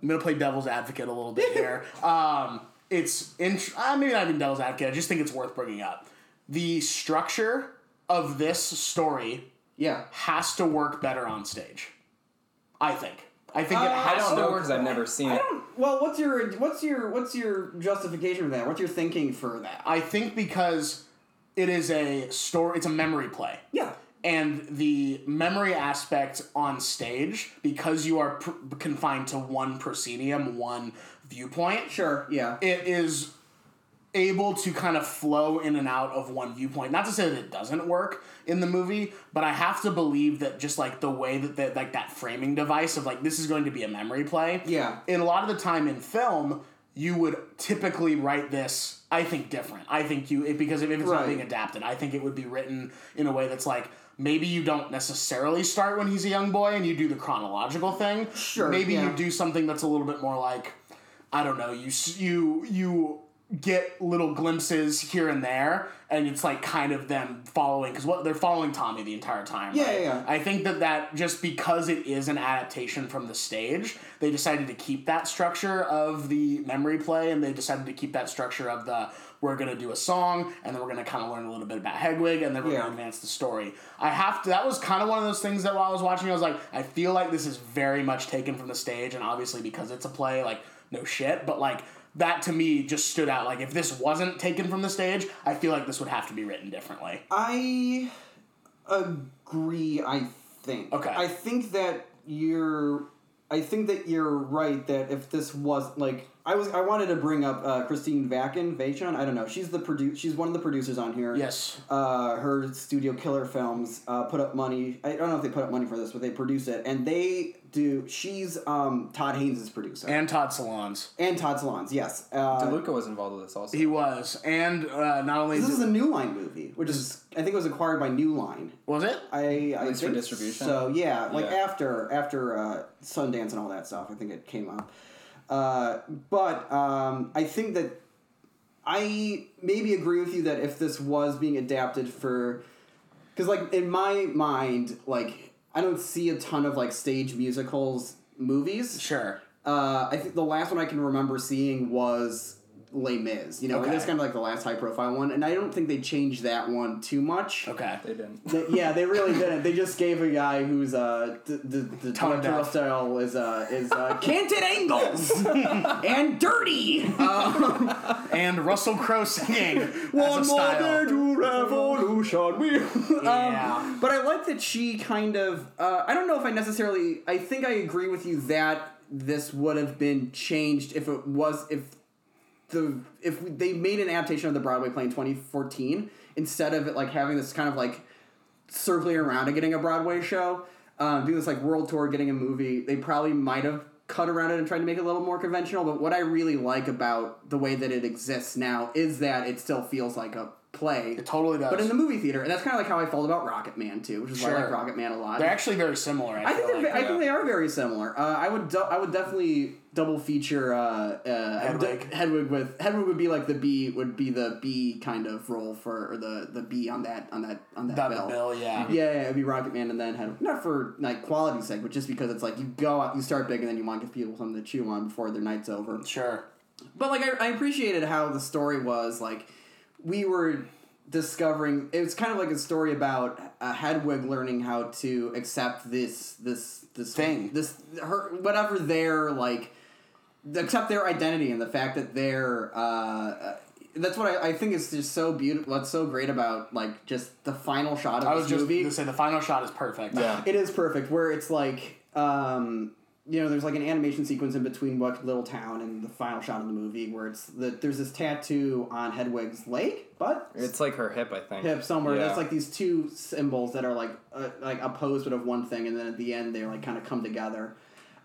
S2: I'm gonna play devil's advocate a little bit here. um, it's int- uh, maybe not even devil's advocate. I just think it's worth bringing up. The structure of this story
S1: yeah.
S2: has to work better on stage. I think. I think it
S4: Uh, I
S2: has
S4: don't
S2: to
S4: know
S2: work
S4: because I've
S2: better.
S4: never seen
S1: I
S4: it.
S1: don't. Well, what's your what's your what's your justification for that? What's your thinking for that?
S2: I think because it is a story. It's a memory play.
S1: Yeah.
S2: and the memory aspect on stage because you are pr- confined to one proscenium, one viewpoint.
S1: Sure. Yeah.
S2: it is able to kind of flow in and out of one viewpoint. Not to say that it doesn't work in the movie, but I have to believe that just like the way that that like that framing device of like this is going to be a memory play.
S1: Yeah.
S2: And a lot of the time in film, you would typically write this. I think different. I think you it, because if it's not
S1: Right.
S2: being adapted, I think it would be written in a way that's like maybe you don't necessarily start when he's a young boy and you do the chronological thing.
S1: Sure,
S2: Maybe
S1: yeah.
S2: you do something that's a little bit more like I don't know, you s- you you get little glimpses here and there, and it's like kind of them following because what they're following Tommy the entire time.
S1: Yeah, yeah,
S2: right?
S1: yeah.
S2: I think that that just because it is an adaptation from the stage, they decided to keep that structure of the memory play, and they decided to keep that structure of the we're gonna do a song, and then we're gonna kind of learn a little bit about Hedwig, and then we're
S1: Yeah.
S2: gonna advance the story. I have to. That was kind of one of those things that while I was watching, I was like, I feel like this is very much taken from the stage, and obviously because it's a play, like no shit, but like. That to me just stood out. Like if this wasn't taken from the stage, I feel like this would have to be written differently.
S1: I agree. I think.
S2: Okay.
S1: I think that you're. I think that you're right. That if this was like, I was. I wanted to bring up uh, Christine Vakin. Vachon. I don't know. She's the produ- She's one of the producers on here.
S2: Yes.
S1: Uh, her studio Killer Films uh, put up money. I don't know if they put up money for this, but they produce it, and they do. She's um, Todd Haynes' producer and,
S2: And Todd Salons.
S1: Todd Salons. Yes. Uh,
S4: DeLuca was involved with this also.
S2: He was, and uh, not only
S1: this is
S2: did-
S1: a New Line movie, which is I think it was acquired by New Line.
S2: was it
S1: I, I
S4: least for
S1: think
S4: distribution?
S1: So yeah, like
S4: Yeah.
S1: after after uh, Sundance and all that stuff, I think it came up. Uh, but um, I think that I maybe agree with you that if this was being adapted for, because like in my mind, like I don't see a ton of like stage musicals movies.
S2: sure.
S1: Uh, I think the last one I can remember seeing was Les Mis. You know,
S2: Okay.
S1: and that's kind of like the last high profile one, and I don't think they changed that one too much.
S2: Okay,
S4: They didn't.
S1: They- yeah, they really didn't. They just gave a guy who's uh the the, the
S2: Tone
S1: director
S2: deaf.
S1: of style is uh is uh canted angles and dirty.
S2: and Russell Crowe singing
S1: One
S2: Uh, as a
S1: more
S2: style.
S1: day to revolution. We. um,
S2: Yeah.
S1: But I like that she kind of. Uh, I don't know if I necessarily. I think I agree with you that this would have been changed if it was if the if they made an adaptation of the Broadway play in 2014 instead of it like having this kind of like circling around and getting a Broadway show, um, doing this like world tour, getting a movie. They probably might have cut around it and tried to make it a little more conventional. But what I really like about the way that it exists now is that it still feels like a play.
S2: It totally does.
S1: But in the movie theater, and that's kind of like how I felt about Rocket Man too, which is why I
S2: Sure.
S1: like Rocket Man a lot.
S2: they're actually very similar. I,
S1: I think
S2: feel
S1: they're,
S2: like.
S1: ve- I think
S4: yeah.
S1: they are very similar. Uh, I would du- I would definitely double feature uh, uh,
S2: Hedwig.
S1: d- Hedwig with Hedwig would be like the B would be the B kind of role for or the the B on that on that on that
S2: That
S1: bill.
S2: bill, yeah.
S1: Yeah, yeah, it'd be Rocket Man and then Hedwig. Not for like quality's sake, but just because it's like you go out, you start big, and then you want to give people something to chew on before their night's over.
S2: Sure.
S1: But like I, I appreciated how the story was like we were discovering it was kind of like a story about uh, Hedwig learning how to accept this this this
S2: Thing.
S1: this her whatever their like accept their identity and the fact that they're uh, uh, that's what I, I think is just so beautiful that's so great about like just the final shot of
S2: I
S1: this
S2: was just
S1: movie
S2: going to say the final shot is perfect.
S4: Yeah.
S1: it is perfect where it's like um you know there's like an animation sequence in between what little town and the final shot of the movie where it's that there's this tattoo on hedwig's leg but
S4: It's like her hip, I think.
S1: hip somewhere
S4: Yeah.
S1: that's like these two symbols that are like uh, like opposed but of one thing and then at the end they like kind of come together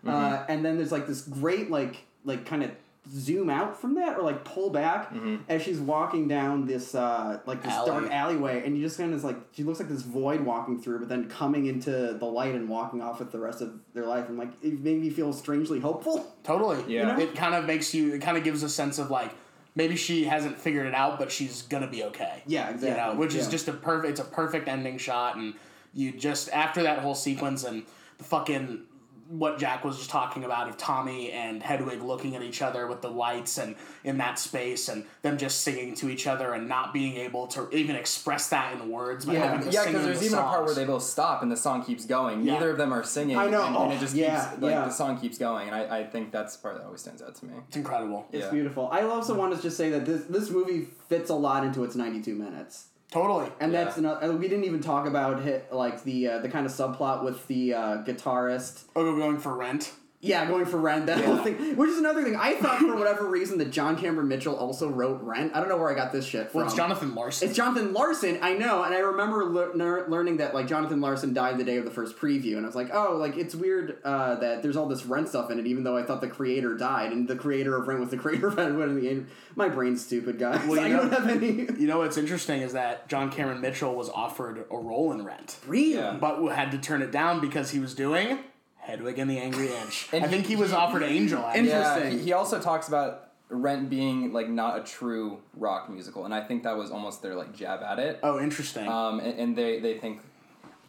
S1: uh,
S4: Mm-hmm.
S1: and then there's like this great like like kind of zoom out from that or like pull back
S4: Mm-hmm.
S1: as she's walking down this uh like this
S2: Alley.
S1: dark alleyway and you just kind of like she looks like this void walking through but then coming into the light and walking off with the rest of their life and like it made me feel strangely hopeful
S2: Totally.
S4: Yeah.
S2: It kind of makes you. It kind of gives a sense of like maybe she hasn't figured it out, but she's gonna be okay.
S1: Yeah,
S2: You know,
S1: exactly.
S2: which is
S1: Yeah.
S2: just a perfect. It's a perfect ending shot, and you just after that whole sequence and the fucking what Jack was just talking about of Tommy and Hedwig looking at each other with the lights and in that space and them just singing to each other and not being able to even express that in words. But
S1: Yeah.
S2: having to
S4: Yeah,
S2: sing in
S4: because there's
S2: the
S4: even a part where
S2: songs.
S4: they both stop and the song keeps going.
S2: Yeah.
S4: Neither of them are singing.
S1: I know.
S4: And, and it just
S1: Oh, yeah,
S4: keeps, like,
S1: yeah.
S4: the song keeps going. And I, I think that's the part that always stands out to me.
S2: It's incredible.
S1: it's
S4: Yeah.
S1: beautiful i also want to just say that this this movie fits a lot into its 92 minutes
S2: Totally.
S1: And that's
S4: Yeah.
S1: another. We didn't even talk about hit, like the uh, the kind of subplot with the uh, guitarist.
S2: Ogo Oh, going for rent.
S1: Yeah, going for Rent, that whole thing. Which is another thing. I thought for whatever reason that John Cameron Mitchell also wrote Rent. I don't know where I got this shit from.
S2: Well, it's Jonathan Larson.
S1: It's Jonathan Larson, I know, and I remember lear- ner- learning that like Jonathan Larson died the day of the first preview, and I was like, oh, like it's weird uh, that there's all this Rent stuff in it, even though I thought the creator died, and the creator of Rent was the creator of Rent. What in the end? My brain's stupid, guys.
S2: Well, you
S1: I
S2: know-
S1: don't have any.
S2: you know what's interesting is that John Cameron Mitchell was offered a role in Rent,
S1: Really?
S4: Yeah.
S2: but had to turn it down because he was doing Hedwig and the Angry Inch. I
S4: And
S2: think he was offered Angel. actually.
S4: Yeah,
S1: Interesting.
S4: he- he also talks about Rent being like not a true rock musical, and I think that was almost their like jab at it.
S2: Oh, interesting.
S1: Uh,
S4: Um, and, and they they think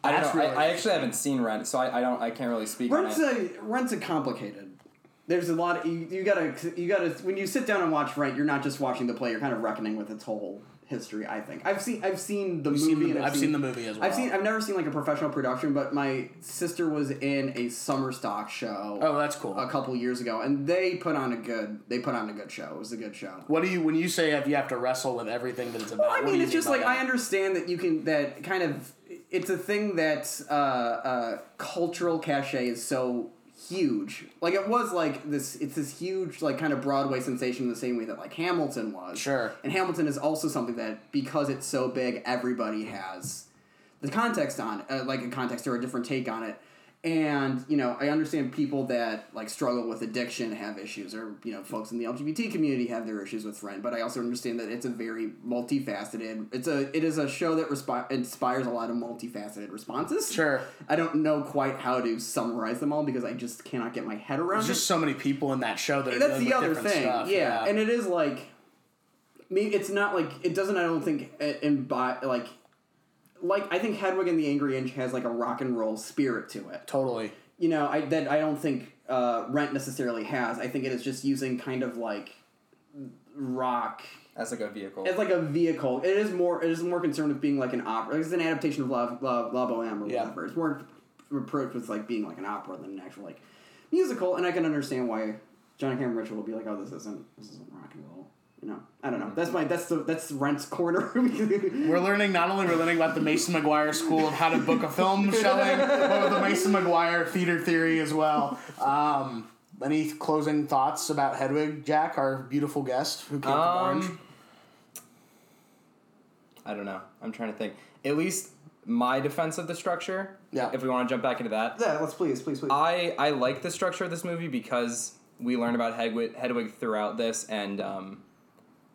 S4: I don't
S2: That's
S4: know.
S2: really
S4: I, I actually
S2: interesting.
S4: haven't seen Rent, so I, I don't I can't really speak
S1: Rent's
S4: on it.
S1: a rent's a complicated. There's a lot. you, you gotta you gotta when you sit down and watch Rent, you're not just watching the play. You're kind of reckoning with its whole history. I think I've seen I've seen the
S2: I've,
S1: movie.
S2: seen the,
S1: and
S2: I've seen, the movie as well.
S1: I've seen. I've never seen like a professional production, but my sister was in a summer stock show.
S2: oh, that's cool.
S1: a couple years ago, and they put on a good. They put on a good show. It was a good show.
S2: What do you when you say if you have to wrestle with everything that it's about?
S1: Well, I
S2: what do
S1: mean,
S2: you
S1: it's just
S2: by
S1: like
S2: that?
S1: I understand that you can that kind of it's a thing that uh, uh, cultural cachet is so huge. Like it was like this. It's this huge like kind of Broadway sensation in the same way that like Hamilton was.
S2: Sure.
S1: And Hamilton is also something that because it's so big, everybody has the context on uh, like a context or a different take on it. And you know, I understand people that like struggle with addiction have issues, or you know, folks in the LGBT community have their issues with Rent. But I also understand that it's a very multifaceted. It's a it is a show that resp- inspires a lot of multifaceted responses.
S2: Sure.
S1: I don't know quite how to summarize them all because I just cannot get my head around.
S2: There's
S1: it
S2: just so many people in that show that are
S1: that's the
S2: dealing with
S1: other
S2: different
S1: thing
S2: stuff,
S1: yeah. and it is like me it's not like it doesn't i don't think it imbi- like like i think hedwig and the angry inch has like a rock and roll spirit to it
S2: totally.
S1: you know i that i don't think uh, rent necessarily has i think it is just using kind of like rock
S4: As like a vehicle.
S1: it's like a vehicle. It is more. It is more concerned with being like an opera. It's an adaptation of La La, La Boheme or
S2: Yeah.
S1: whatever. It's more approached with like being like an opera than an actual like musical. And I can understand why John Cameron Mitchell will be like, "Oh, this isn't this isn't rock and roll." You know, I don't know. That's my that's the that's Rent's corner.
S2: We're learning not only we're learning about the Mason McGuire School of how to book a film showing, but the Mason McGuire theater theory as well. Um, any closing thoughts about Hedwig, Jack, our beautiful guest who came from
S4: Um,
S2: Orange?
S4: I don't know. I'm trying to think. At least my defense of the structure.
S2: Yeah.
S4: If we want to jump back into that,
S1: yeah, let's please, please, please.
S4: I I like the structure of this movie because we learn about Hedwig, Hedwig throughout this, and um,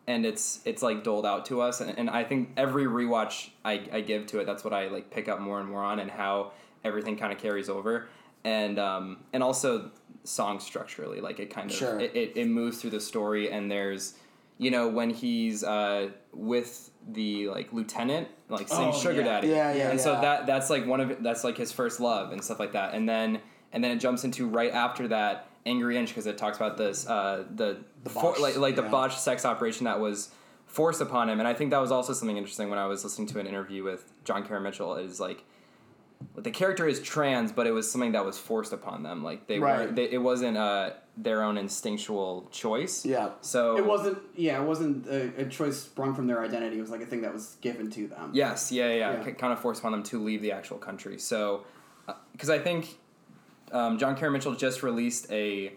S4: and it's it's like doled out to us, and, and I think every rewatch I, I give to it, that's what I like pick up more and more on, and how everything kind of carries over, and um, and also song structurally, like it kind of
S2: Sure.
S4: it, it, it moves through the story, and there's you know when he's uh, with the like lieutenant like sing
S5: Oh,
S4: sugar
S5: yeah.
S4: daddy
S2: Yeah, yeah,
S4: and so
S2: yeah.
S4: that that- that's like one of that's like his first love and stuff like that and then and then it jumps into right after that angry inch because it talks about this uh the, the
S2: botched,
S4: like, like the
S2: yeah.
S4: botched sex operation that was forced upon him and i think that was also something interesting when i was listening to an interview with john Cameron mitchell is like the character is trans but it was something that was forced upon them like they were
S2: Right.
S4: they, it wasn't uh their own instinctual choice
S2: Yeah.
S4: so
S1: it wasn't. Yeah, it wasn't a, a choice sprung from their identity. It was like a thing that was given to them.
S4: Yes, yeah, yeah,
S1: Yeah.
S4: yeah. kind of forced upon them to leave the actual country. So, because I think um, John Cameron Mitchell just released a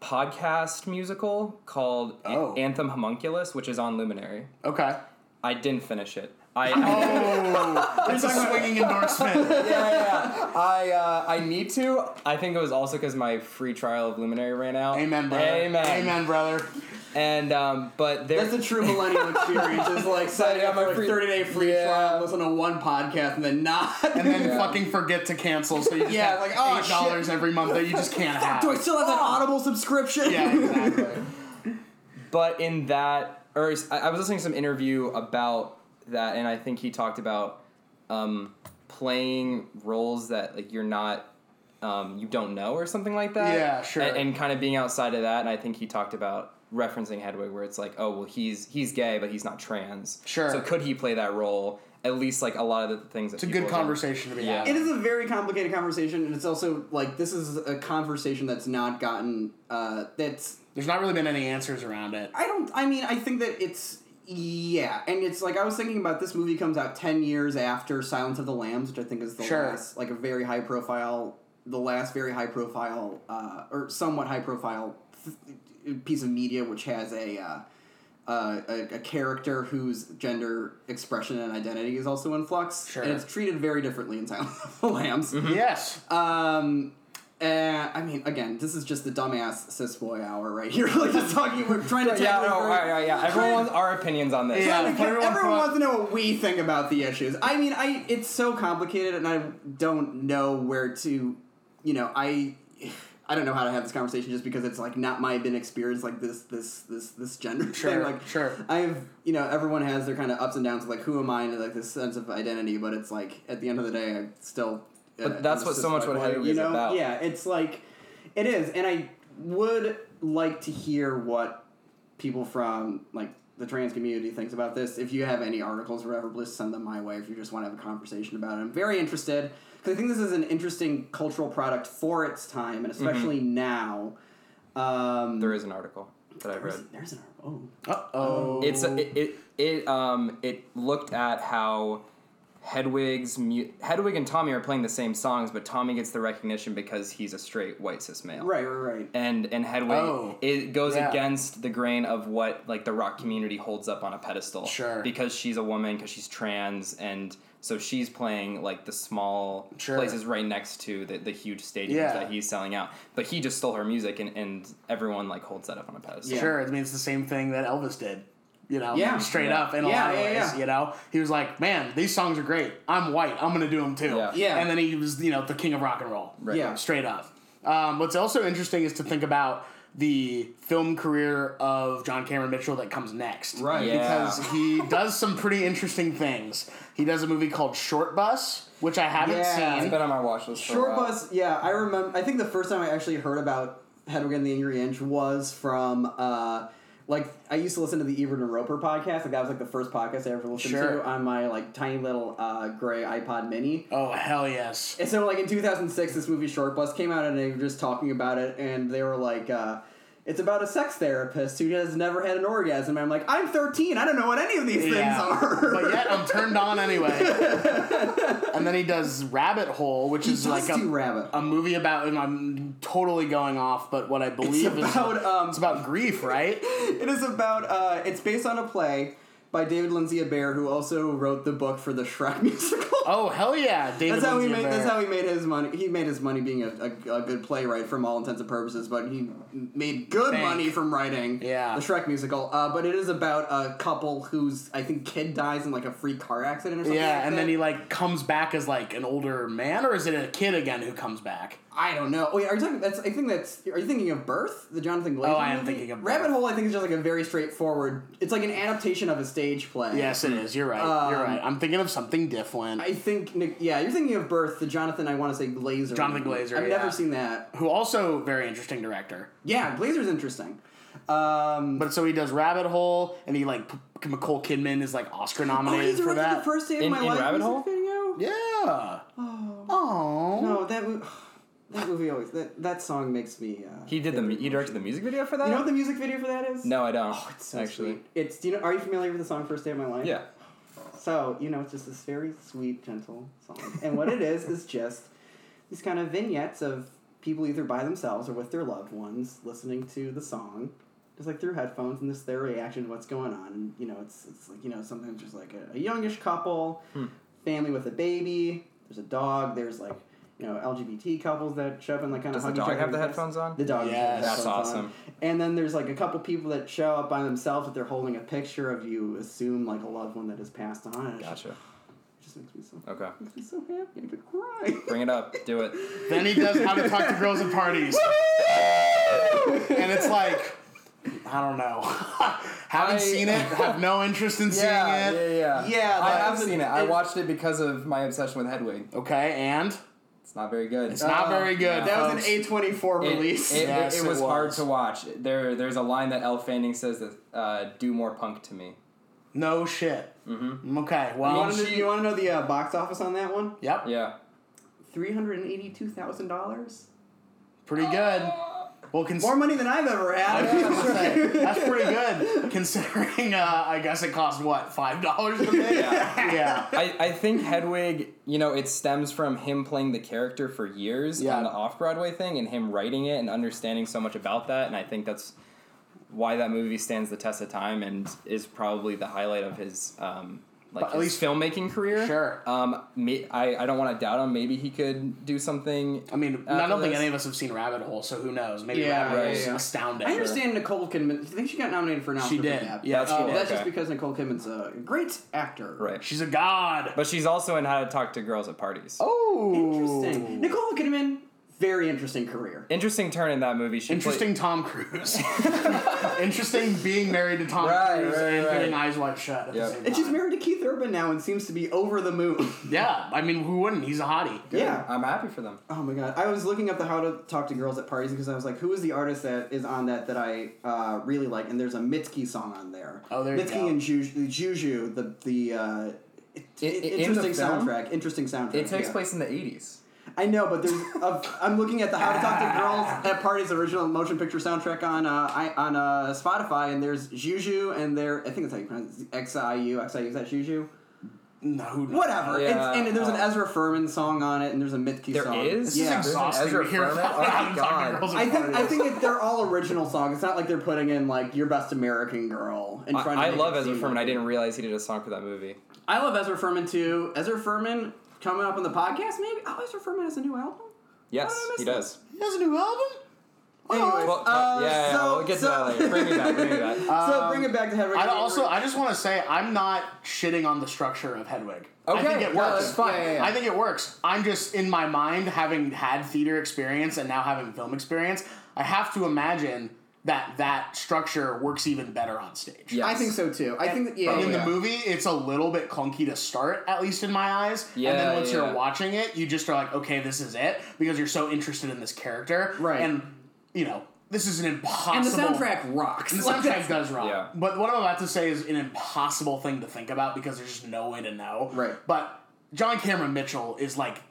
S4: podcast musical called An-
S2: Oh.
S4: Anthem Homunculus, which is on Luminary.
S2: Okay.
S4: I didn't finish it. I,
S2: Oh, that's a swinging endorsement.
S4: I, uh, I need to. I think it was also because my free trial of Luminary ran out.
S2: Amen, brother.
S4: Amen.
S2: Amen, brother.
S4: And um, but there,
S1: That's a true millennial experience. Is like signing up
S4: my
S1: for a
S4: free-
S1: thirty day free
S4: Yeah.
S1: trial, listen to one podcast, and then not.
S2: and then fucking forget to cancel. So you just
S1: Yeah,
S2: have
S1: like, oh,
S2: eight dollars every month that you just can't have.
S1: Do I still have that Audible subscription?
S2: yeah, exactly.
S4: but in that or is- I I was listening to some interview about that and I think he talked about um, playing roles that like you're not um, you don't know or something like that
S2: Yeah, sure.
S4: and, and kind of being outside of that and I think he talked about referencing Hedwig where it's like oh well he's he's gay but he's not trans
S2: Sure.
S4: so could he play that role at least like a lot of the things that
S2: It's a good conversation to be
S4: Yeah.
S1: It
S2: having.
S1: is a very complicated conversation, and it's also like this is a conversation that's not gotten. Uh, that's
S2: There's not really been any answers around it.
S1: I don't. I mean, I think that it's yeah, and it's like I was thinking about this movie comes out ten years after Silence of the Lambs, which I think is the
S2: Sure.
S1: last like a very high profile the last very high profile uh, or somewhat high profile th- piece of media which has a, uh, uh, a a character whose gender expression and identity is also in flux,
S2: Sure. Mm-hmm.
S1: and it's treated very differently in Silence of the Lambs.
S2: Yes.
S1: Um, uh, I mean, again, this is just the dumbass cis boy hour right here. like just talking, we're trying to
S4: Yeah,
S1: tackle
S4: no,
S1: a
S4: all
S1: very-
S4: right, all right, yeah. Everyone wants our opinions on this.
S2: Yeah.
S1: Everyone
S2: put everyone
S1: everyone
S2: front.
S1: wants to know what we think about the issues. I mean, I it's so complicated, and I don't know where to, you know, I. I don't know how to have this conversation just because it's like not my been experience like this this this this gender
S2: Sure,
S1: thing like
S2: sure.
S1: I've you know everyone has their kind of ups and downs of like who am I and like this sense of identity but it's like at the end of the day I still
S4: But that's
S1: I'm
S4: what
S1: just
S4: so much what
S1: like,
S4: Heavy
S1: you
S4: is
S1: know?
S4: about.
S1: Yeah, it's like it is, and I would like to hear what people from like the trans community thinks about this. If you have any articles or whatever, please send them my way. If you just want to have a conversation about it, I'm very interested because I think this is an interesting cultural product for its time, and especially
S4: Mm-hmm.
S1: now. Um,
S4: There is an article that I've read.
S1: there's, there's an article. Oh.
S2: Uh oh.
S4: It's a, it, it it um it looked at how Hedwig's mu- Hedwig and Tommy are playing the same songs, but Tommy gets the recognition because he's a straight white cis male.
S1: Right, right, right.
S4: And and Hedwig
S2: Oh,
S4: it goes
S2: yeah.
S4: against the grain of what like the rock community holds up on a pedestal.
S2: Sure.
S4: Because she's a woman, because she's trans, and so she's playing like the small
S2: Sure.
S4: places right next to the, the huge stadiums
S2: Yeah.
S4: that he's selling out. But he just stole her music, and, and everyone like holds that up on a pedestal.
S2: Sure, I mean it's the same thing that Elvis did. You know,
S1: Yeah.
S2: straight
S4: Yeah.
S2: up in a
S1: Yeah,
S2: lot of
S1: yeah,
S2: ways.
S1: yeah.
S2: You know, he was like, "Man, these songs are great. I'm white. I'm gonna do them too."
S4: Yeah.
S1: Yeah.
S2: And then he was, you know, the king of rock and roll.
S4: Right.
S1: Yeah.
S2: Straight up. Um, what's also interesting is to think about the film career of John Cameron Mitchell that comes next.
S1: Right.
S4: Yeah.
S2: Because he does some pretty interesting things. He does a movie called Short Bus, which I haven't
S1: Yeah.
S2: seen.
S4: It's been on my watch list. for a
S1: Short
S2: uh,
S4: while.
S1: bus, yeah. I remember. I think the first time I actually heard about Hedwig and the Angry Inch was from uh, like I used to listen to the Ebert and Roper podcast. Like that was like the first podcast I ever listened
S2: Sure.
S1: to on my like tiny little uh, gray iPod Mini.
S2: Oh hell yes.
S1: And so, like in 2006, this movie Short Bus came out, and they were just talking about it, and they were like, uh, "It's about a sex therapist who has never had an orgasm." And I'm like, "I'm 13. I don't know what any of these
S2: Yeah.
S1: things are."
S2: but yet I'm turned on anyway. and then he does Rabbit Hole, which
S1: he
S2: is
S1: does
S2: like a,
S1: do rabbit.
S2: a movie about. And I'm totally going off, but what I believe
S1: about,
S2: is
S1: um,
S2: it's about grief, right?
S1: It is about. Uh, it's based on a play by David Lindsay Abair, who also wrote the book for the Shrek musical.
S2: Oh hell yeah, David.
S1: that's how he
S2: Lindsay
S1: made.
S2: Abaire.
S1: That's how he made his money. He made his money being a, a, a good playwright from all intents and purposes, but he made good
S2: Bank.
S1: money from writing
S2: Yeah.
S1: the Shrek musical. Uh, but it is about a couple who's I think kid dies in like a free car accident or something.
S2: yeah,
S1: like
S2: and
S1: that.
S2: then he like comes back as like an older man, or is it a kid again who comes back?
S1: I don't know. Wait, are you talking? That's I think that's. Are you thinking of Birth, the Jonathan Glazer?
S2: Oh, I am
S1: movie?
S2: thinking of
S1: Rabbit
S2: Birth.
S1: Hole. I think is just like a very straightforward. It's like an adaptation of a stage play.
S2: Yes, it is. You're right. you're
S1: Um,
S2: right. I'm thinking of something different.
S1: I think, Nick, yeah, you're thinking of Birth, the Jonathan, I want to say Glazer.
S2: Jonathan
S1: movie.
S2: Glazer,
S1: I've
S2: yeah.
S1: never seen that.
S2: who also very interesting director.
S1: Yeah, Glazer's interesting. Um,
S2: But so he does Rabbit Hole, and he like P- Nicole Kidman is like Oscar
S1: oh,
S2: nominated
S1: he's
S2: for
S1: directed
S2: that.
S1: the first day of
S4: In-
S1: my
S4: in
S1: life
S4: Rabbit
S1: music
S4: Hole?
S1: video?
S2: Yeah. Oh.
S1: No, that, mo- that movie always, that, that song makes me, uh,
S4: He did the. mu- He directed the music video for that.
S1: you know what the music video for that is?
S4: no, I don't.
S1: It's so
S4: actually,
S1: sweet. It's, do you know, are you familiar with the song First Day of My Life?
S4: yeah.
S1: So, you know, it's just this very sweet, gentle song. And what it is, is just these kind of vignettes of people either by themselves or with their loved ones listening to the song, just like through headphones, and this their reaction to what's going on. And, you know, it's, it's like, you know, sometimes there's like a, a youngish couple,
S4: Hmm.
S1: family with a baby, there's a dog, there's like, you know, LGBT couples that show up and like kind
S4: Does
S1: of
S4: the
S1: hug each other
S4: dog have
S1: and
S4: the
S1: kiss.
S4: headphones on?
S1: The dog. has
S2: Yes.
S1: the
S4: That's
S1: headphones on.
S4: awesome.
S1: And then there's like a couple people that show up by themselves that they're holding a picture of you, assume like a loved one that has passed on. And it's just-
S4: Gotcha.
S1: It just makes me so
S4: Okay.
S1: makes me so happy. I could cry.
S4: Bring it up. Do it.
S2: Then he does How to Talk to Girls at Parties. and it's like, I don't know. Haven't
S4: I-
S2: seen it. Have no interest in seeing it.
S4: yeah,
S1: Yeah,
S4: I
S1: that
S4: have
S1: was-
S4: seen it. I
S1: it-
S4: watched it because of my obsession with Hedwig.
S2: Okay, and
S4: It's not very good.
S2: it's not very good.
S1: Uh, that was
S2: folks.
S1: an A twenty four
S4: It,
S1: Uh, release.
S4: it- it-
S2: Yes,
S4: it
S2: it
S4: was hard
S2: was.
S4: to watch. There, there's a line that Elle Fanning says that uh, "Do more punk to me."
S2: No shit. Mm-hmm. Okay. Well.
S1: you want to
S4: she-
S1: you want to know the uh, box office on that one?
S2: Yep.
S4: Yeah,
S1: Three hundred and eighty two thousand dollars.
S2: Pretty good. Well, cons-
S1: More money than I've ever had.
S2: that's pretty good considering. Uh, I guess it cost what five dollars to make. Yeah.
S4: I, I think Hedwig, you know, it stems from him playing the character for years
S2: Yeah.
S4: on the off Broadway thing and him writing it and understanding so much about that. And I think that's why that movie stands the test of time and is probably the highlight of his, um, like,
S2: But at least-
S4: his filmmaking career.
S2: Sure.
S4: Um, me, I, I don't want to doubt him. Maybe he could do something.
S2: I mean, I
S4: after
S2: don't think
S4: Uh, this.
S2: any of us have seen Rabbit Hole, so who knows? Maybe
S1: Yeah,
S2: Rabbit
S1: right,
S2: Hole's
S1: yeah.
S2: astounding.
S1: I understand Nicole Kidman. I think she got nominated for an Oscar.
S2: She
S1: for
S2: did.
S1: that.
S4: Yeah, she
S1: Oh,
S4: did,
S1: that's just
S4: okay.
S1: because Nicole Kidman's a great actor.
S4: Right.
S2: She's a god.
S4: But she's also in How to Talk to Girls at Parties.
S2: oh,
S1: Interesting. Nicole Kidman, very interesting career.
S4: Interesting turn in that movie. She played-
S2: Interesting Tom Cruise. Interesting being married to Tom
S4: Right,
S2: Cruise
S4: right,
S2: and
S4: right.
S2: getting eyes wide shut at
S4: Yep.
S2: the same time.
S1: And she's married to Keith Urban now and seems to be over the moon.
S2: yeah, I mean, who wouldn't? He's a hottie.
S1: yeah.
S4: I'm happy for them.
S1: Oh my god! I was looking up the how to talk to girls at parties because I was like, who is the artist that is on that that I uh, really like? And there's a Mitski song on there.
S2: Oh, there you
S1: Mitski
S2: go.
S1: and Juju, Juju the the uh, it-
S4: in the
S1: interesting
S4: film?
S1: soundtrack. Interesting soundtrack.
S4: It takes
S1: yeah.
S4: place in the 80s.
S1: I know, but there's. A, I'm looking at the How to Talk to Girls at Parties original motion picture soundtrack on uh, I, on uh, Spotify, and there's Juju, and there. I think that's how you pronounce it. XIU. XIU is that Juju?
S2: No, who knows?
S1: Whatever.
S4: Yeah,
S1: it's, and there's an
S4: uh,
S1: Ezra Furman song on it, and there's a Mitski
S4: There
S1: song.
S4: is?
S2: Oh. This is
S1: Yeah.
S2: exhausting
S4: Ezra
S2: to hear
S4: Furman?
S2: about
S4: Oh my
S2: Adam Tucker
S4: God.
S2: girls at
S1: I think I
S2: parties.
S1: think it, they're all original songs. It's not like they're putting in like your best American girl in
S4: I,
S1: front.
S4: I
S1: of
S4: love Ezra Furman. I didn't realize he did a song for that movie.
S1: I love Ezra Furman too. Ezra Furman coming up on the podcast, maybe. Oh, Ezra Furman has a new album.
S4: Yes,
S1: Oh, I
S4: he
S1: missed
S4: does.
S2: he has a new album.
S1: Anyway,
S4: Well,
S1: uh,
S4: yeah, yeah,
S1: so-
S4: we'll get to
S1: so-
S4: that later. Bring me back, bring me back.
S1: so bring it back to Hedwig.
S2: I
S1: and
S2: don't- also
S1: Angry
S2: I just want to say I'm not shitting on the structure of Hedwig. I
S4: Okay,
S2: think it
S4: no,
S2: works.
S4: that's fine. Yeah, yeah, yeah.
S2: I think it works. I'm just in my mind having had theater experience and now having film experience. I have to imagine that that structure works even better on stage.
S4: Yes.
S1: I think so too. I think that yeah.
S2: In
S4: Probably.
S2: the
S4: yeah.
S2: movie, it's a little bit clunky to start, at least in my eyes. and
S4: Yeah,
S2: then once
S4: yeah.
S2: you're watching it, you just are like, okay, this is it, because you're so interested in this character.
S1: Right.
S2: And, you know, this is an impossible.
S1: And the soundtrack rocks.
S2: The soundtrack does rock.
S4: Yeah.
S2: But what I'm about to say is an impossible thing to think about because there's just no way to know.
S1: Right.
S2: But John Cameron Mitchell is like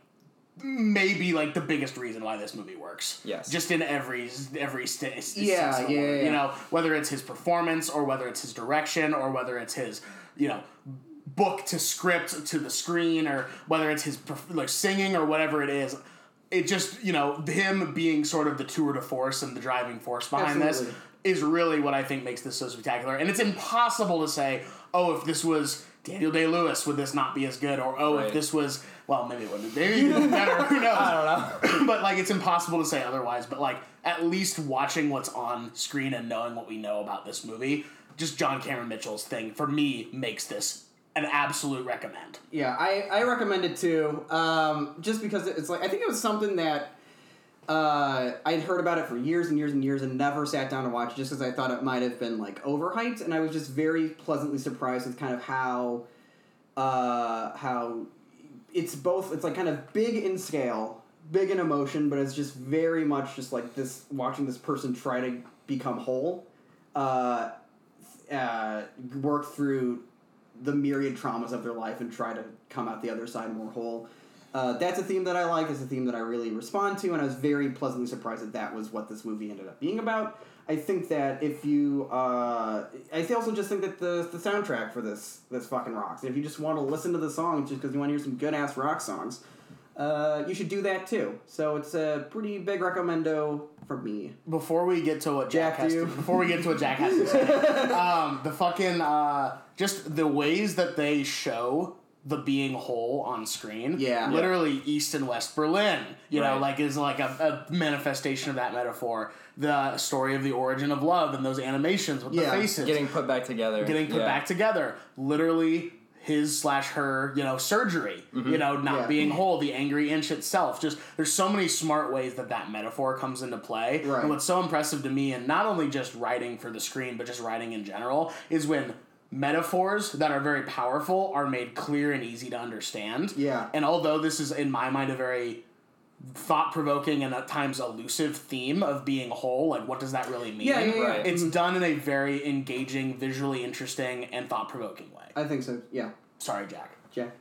S2: maybe like the biggest reason why this movie works.
S4: Yes.
S2: Just in every every st- s-
S1: Yeah,
S2: sense of the
S1: yeah,
S2: word,
S1: yeah.
S2: You know, whether it's his performance or whether it's his direction or whether it's his, you know, book to script to the screen or whether it's his perf- like singing or whatever it is it just you know him being sort of the tour de force and the driving force behind
S1: Absolutely.
S2: this is really what i think makes this so spectacular and it's impossible to say oh if this was daniel day lewis would this not be as good or oh
S4: Right.
S2: if this was well maybe it would be maybe it would be better who knows i don't know but like it's impossible to say otherwise but like at least watching what's on screen and knowing what we know about this movie just john cameron mitchell's thing for me makes this an absolute recommend
S1: Yeah, I, I recommend it too. Um, just because it's like I think it was something that uh, I'd heard about it for years and years and years and never sat down to watch it just because I thought it might have been like overhyped and I was just very pleasantly surprised with kind of how uh, how it's both it's like kind of big in scale, big in emotion, but it's just very much just like this watching this person try to become whole. Uh, uh, work through the myriad traumas of their life and try to come out the other side more whole. Uh, that's a theme that I like. It's a theme that I really respond to, and I was very pleasantly surprised that that was what this movie ended up being about. I think that if you, uh, I also just think that the the soundtrack for this this fucking rocks. if you just want to listen to the song just because you want to hear some good ass rock songs, uh, you should do that too. So it's a pretty big recommendo from me.
S2: before we get to what Jack,
S1: Jack
S2: has to,
S1: do.
S2: before we get to what Jack has to say, um, the fucking uh, just the ways that they show the being whole on screen.
S1: Yeah.
S2: literally East and West Berlin. You know,
S4: Right.
S2: like is like a, a manifestation of that metaphor. The story of the origin of love and those animations with
S1: Yeah.
S2: the faces
S4: Getting put back together.
S2: getting put
S4: Yeah.
S2: back together. Literally his slash her, you know, surgery, you know, not
S1: Yeah.
S2: being whole, the angry inch itself. Just there's so many smart ways that that metaphor comes into play.
S1: Right.
S2: And what's so impressive to me, and not only just writing for the screen, but just writing in general, is when metaphors that are very powerful are made clear and easy to understand.
S1: Yeah.
S2: And although this is in my mind a very thought provoking and at times elusive theme of being whole, like what does that really mean?
S1: Yeah, yeah, yeah.
S4: Right.
S2: It's done in a very engaging, visually interesting, and thought provoking way.
S1: I think so. Yeah,
S2: Sorry, Jack.
S1: Jack.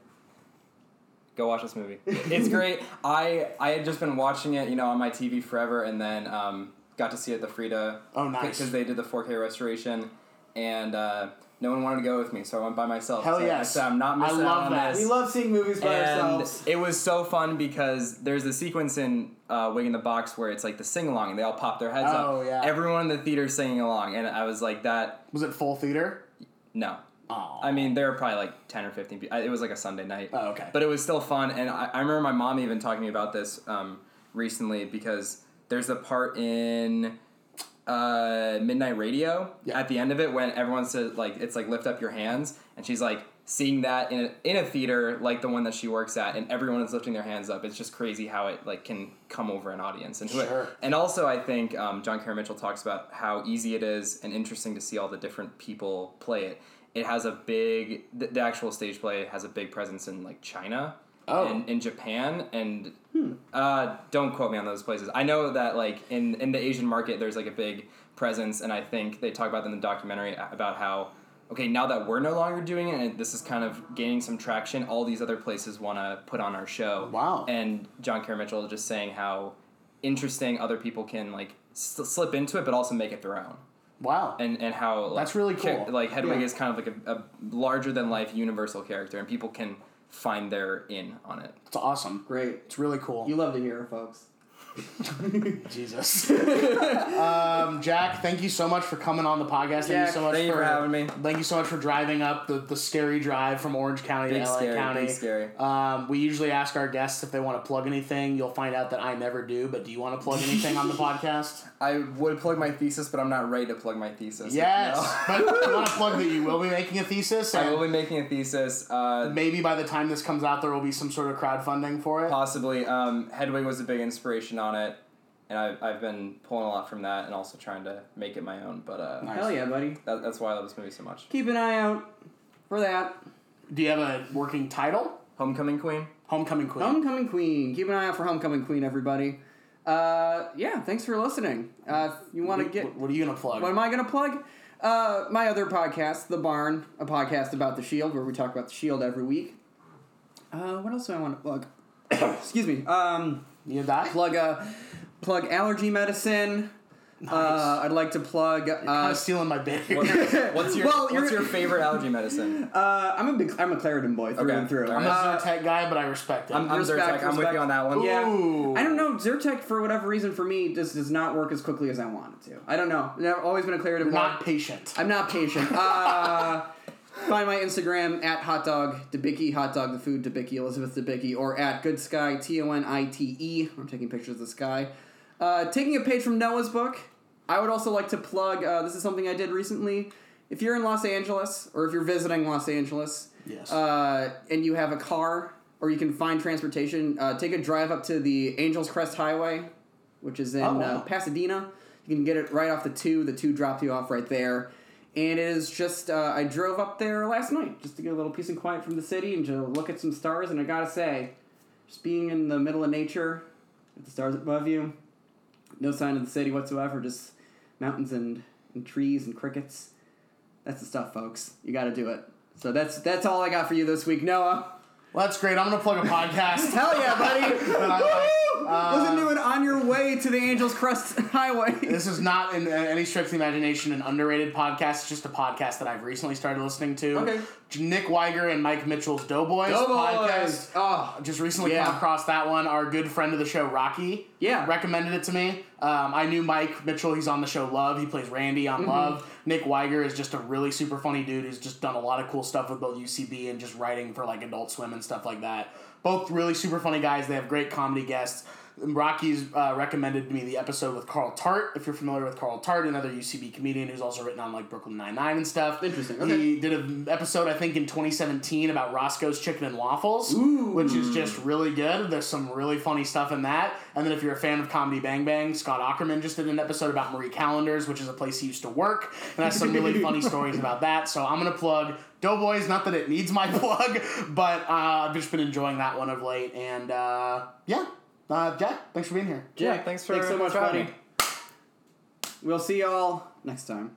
S4: Go watch this movie. It's great. I I had just been watching it, you know, on my TV forever, and then um, got to see it at the Frida.
S2: Oh, nice.
S4: Because they did the 4K restoration, and uh, no one wanted to go with me, so I went by myself.
S2: Hell
S4: so,
S2: yes.
S4: So I'm not
S2: I
S4: missing out
S2: love
S4: on
S2: that.
S4: this.
S1: We love seeing movies by
S4: and
S1: ourselves.
S4: it was so fun because there's the sequence in uh, Wig in the Box where it's like the sing along and they all pop their heads up.
S2: Oh, yeah.
S4: Everyone in the theater singing along, and I was like, that
S2: Was it full theater?
S4: no.
S2: Oh.
S4: I mean, there were probably like ten or fifteen. people. I- It was like a Sunday night.
S2: Oh, okay.
S4: But it was still fun, and I, I remember my mom even talking to me about this um, recently because there's the part in uh, Midnight Radio
S2: Yeah.
S4: at the end of it when everyone says like it's like lift up your hands, and she's like seeing that in a, in a theater like the one that she works at, and everyone is lifting their hands up. It's just crazy how it like can come over an audience and who it-
S2: Sure.
S4: and also I think um, John Kerr Mitchell talks about how easy it is and interesting to see all the different people play it. It has a big the, the actual stage play has a big presence in like China.
S2: Oh.
S4: And in Japan and uh, don't quote me on those places. I know that like in in the Asian market there's like a big presence, and I think they talk about in the documentary a- about how okay now that we're no longer doing it and this is kind of gaining some traction, all these other places want to put on our show.
S2: Wow.
S4: And John Kerr Mitchell just saying how interesting other people can like sl- slip into it, but also make it their own.
S2: Wow.
S4: And, and how like,
S2: That's really
S4: cha-
S2: cool.
S4: like Hedwig
S1: Yeah.
S4: is kind of like a, a larger than life universal character, and people can find their in on it.
S2: It's awesome.
S1: Great.
S2: It's really cool.
S1: You love to hear it, folks.
S2: Jesus. um, Jack, thank you so much for coming on the podcast. thank you
S1: Jack,
S2: so much
S4: thank you for having me.
S2: Thank you so much for driving up the, the scary drive from Orange County
S4: Big
S2: to LA
S4: scary,
S2: County.
S4: big scary.
S2: Um, we usually ask our guests if they want to plug anything. You'll find out that I never do, but do you want to plug anything on the podcast?
S4: I would plug my thesis, but I'm not ready to plug my thesis.
S2: Yes.
S4: No.
S2: but I want to plug that you will be making a thesis.
S4: I will
S2: And
S4: be making a thesis. Uh,
S2: maybe by the time this comes out, there will be some sort of crowdfunding for
S1: Uh,
S2: it.
S4: possibly, um, Hedwig was a big inspiration on it, and I, I've been pulling a lot from that, and also trying to make it my own. But uh,
S1: Hell yeah, buddy.
S4: that, that's why I love this movie so much.
S1: Keep an eye out for that.
S2: Do you have a working title?
S4: Homecoming Queen.
S2: Homecoming Queen.
S1: Homecoming Queen. Keep an eye out for Homecoming Queen, everybody. Uh, yeah, thanks for listening. Uh, if you want to
S2: What-
S1: get.
S2: What are you going to plug?
S1: What am I going to plug? Uh, my other podcast, The Barn, a podcast about the Shield, where we talk about the Shield every week. Uh, what else do I want to plug? Excuse me. Um,
S2: you die?
S1: plug uh, plug allergy medicine. Uh, I'd like to plug.
S2: I'm
S1: Uh,
S2: stealing my bit.
S4: What- what's your
S1: Well, you're-
S4: What's your favorite allergy medicine?
S1: uh, I'm a big. I'm a Claritin boy through
S4: Okay.
S1: and through.
S4: All
S2: I'm
S4: right.
S2: a tech guy, but I respect it.
S4: I'm, I'm
S1: respect,
S4: Zyrtec. I'm with
S1: respect.
S4: you on that one.
S1: Yeah.
S2: Ooh.
S1: I don't know. Zyrtec, for whatever reason, for me, just does not work as quickly as I want it to. I don't know. I've always been a Claritin boy.
S2: not patient.
S1: I'm not patient. Uh, find my Instagram at hot dog debicki, hot dog the food debicki, Elizabeth debicki, or at good sky t o n i t e. I'm taking pictures of the sky. Uh, taking a page from Noah's book. I would also like to plug. Uh, this is something I did recently. If you're in Los Angeles or if you're visiting Los Angeles,
S2: Yes.
S1: uh, and you have a car or you can find transportation, uh, take a drive up to the Angels Crest Highway, which is in
S2: Oh, wow.
S1: uh, Pasadena. You can get it right off the two. The two dropped you off right there. And it is just, uh, I drove up there last night just to get a little peace and quiet from the city and to look at some stars. And I gotta say, just being in the middle of nature, with the stars above you, no sign of the city whatsoever, just mountains and, and trees and crickets. That's the stuff, folks. You gotta do it. So that's that's all I got for you this week, Noah.
S2: well, that's great. I'm gonna plug a podcast.
S1: Hell yeah, buddy!
S2: that I like.
S1: Listen to it on your way to the Angels Crest Highway.
S2: This is not in uh, any stretch of the imagination an underrated podcast. It's just a podcast that I've recently started listening to.
S1: Okay.
S2: Nick Weiger and Mike Mitchell's Doughboys, podcast. Ah,
S1: Oh,
S2: Just recently
S1: Yeah.
S2: came across that one. Our good friend of the show, Rocky,
S1: Yeah.
S2: recommended it to me. Um, I knew Mike Mitchell. He's on the show Love. He plays Randy
S1: Mm-hmm.
S2: on Love. Nick Weiger is just a really super funny dude who's just done a lot of cool stuff with both UCB and just writing for like Adult Swim and stuff like that. Both really super funny guys. They have great comedy guests. Rocky's uh, recommended me the episode with Carl Tart. If you're familiar with Carl Tart, another UCB comedian who's also written on like Brooklyn Nine Nine and stuff.
S1: Interesting, okay.
S2: He did an episode I think in 2017 about Roscoe's Chicken and Waffles, which is just really good. There's some really funny stuff in that. And then if you're a fan of Comedy Bang Bang, Scott Ackerman just did an episode about Marie Callender's, which is a place he used to work, and has some really funny stories about that. So I'm gonna plug Doughboys. Not that it needs my plug, but uh, I've just been enjoying that one of late. And uh, yeah, uh, Jack, thanks for being here.
S4: Yeah, thanks for-
S1: thanks so much,
S4: for having
S1: buddy.
S4: me.
S1: We'll see y'all next time.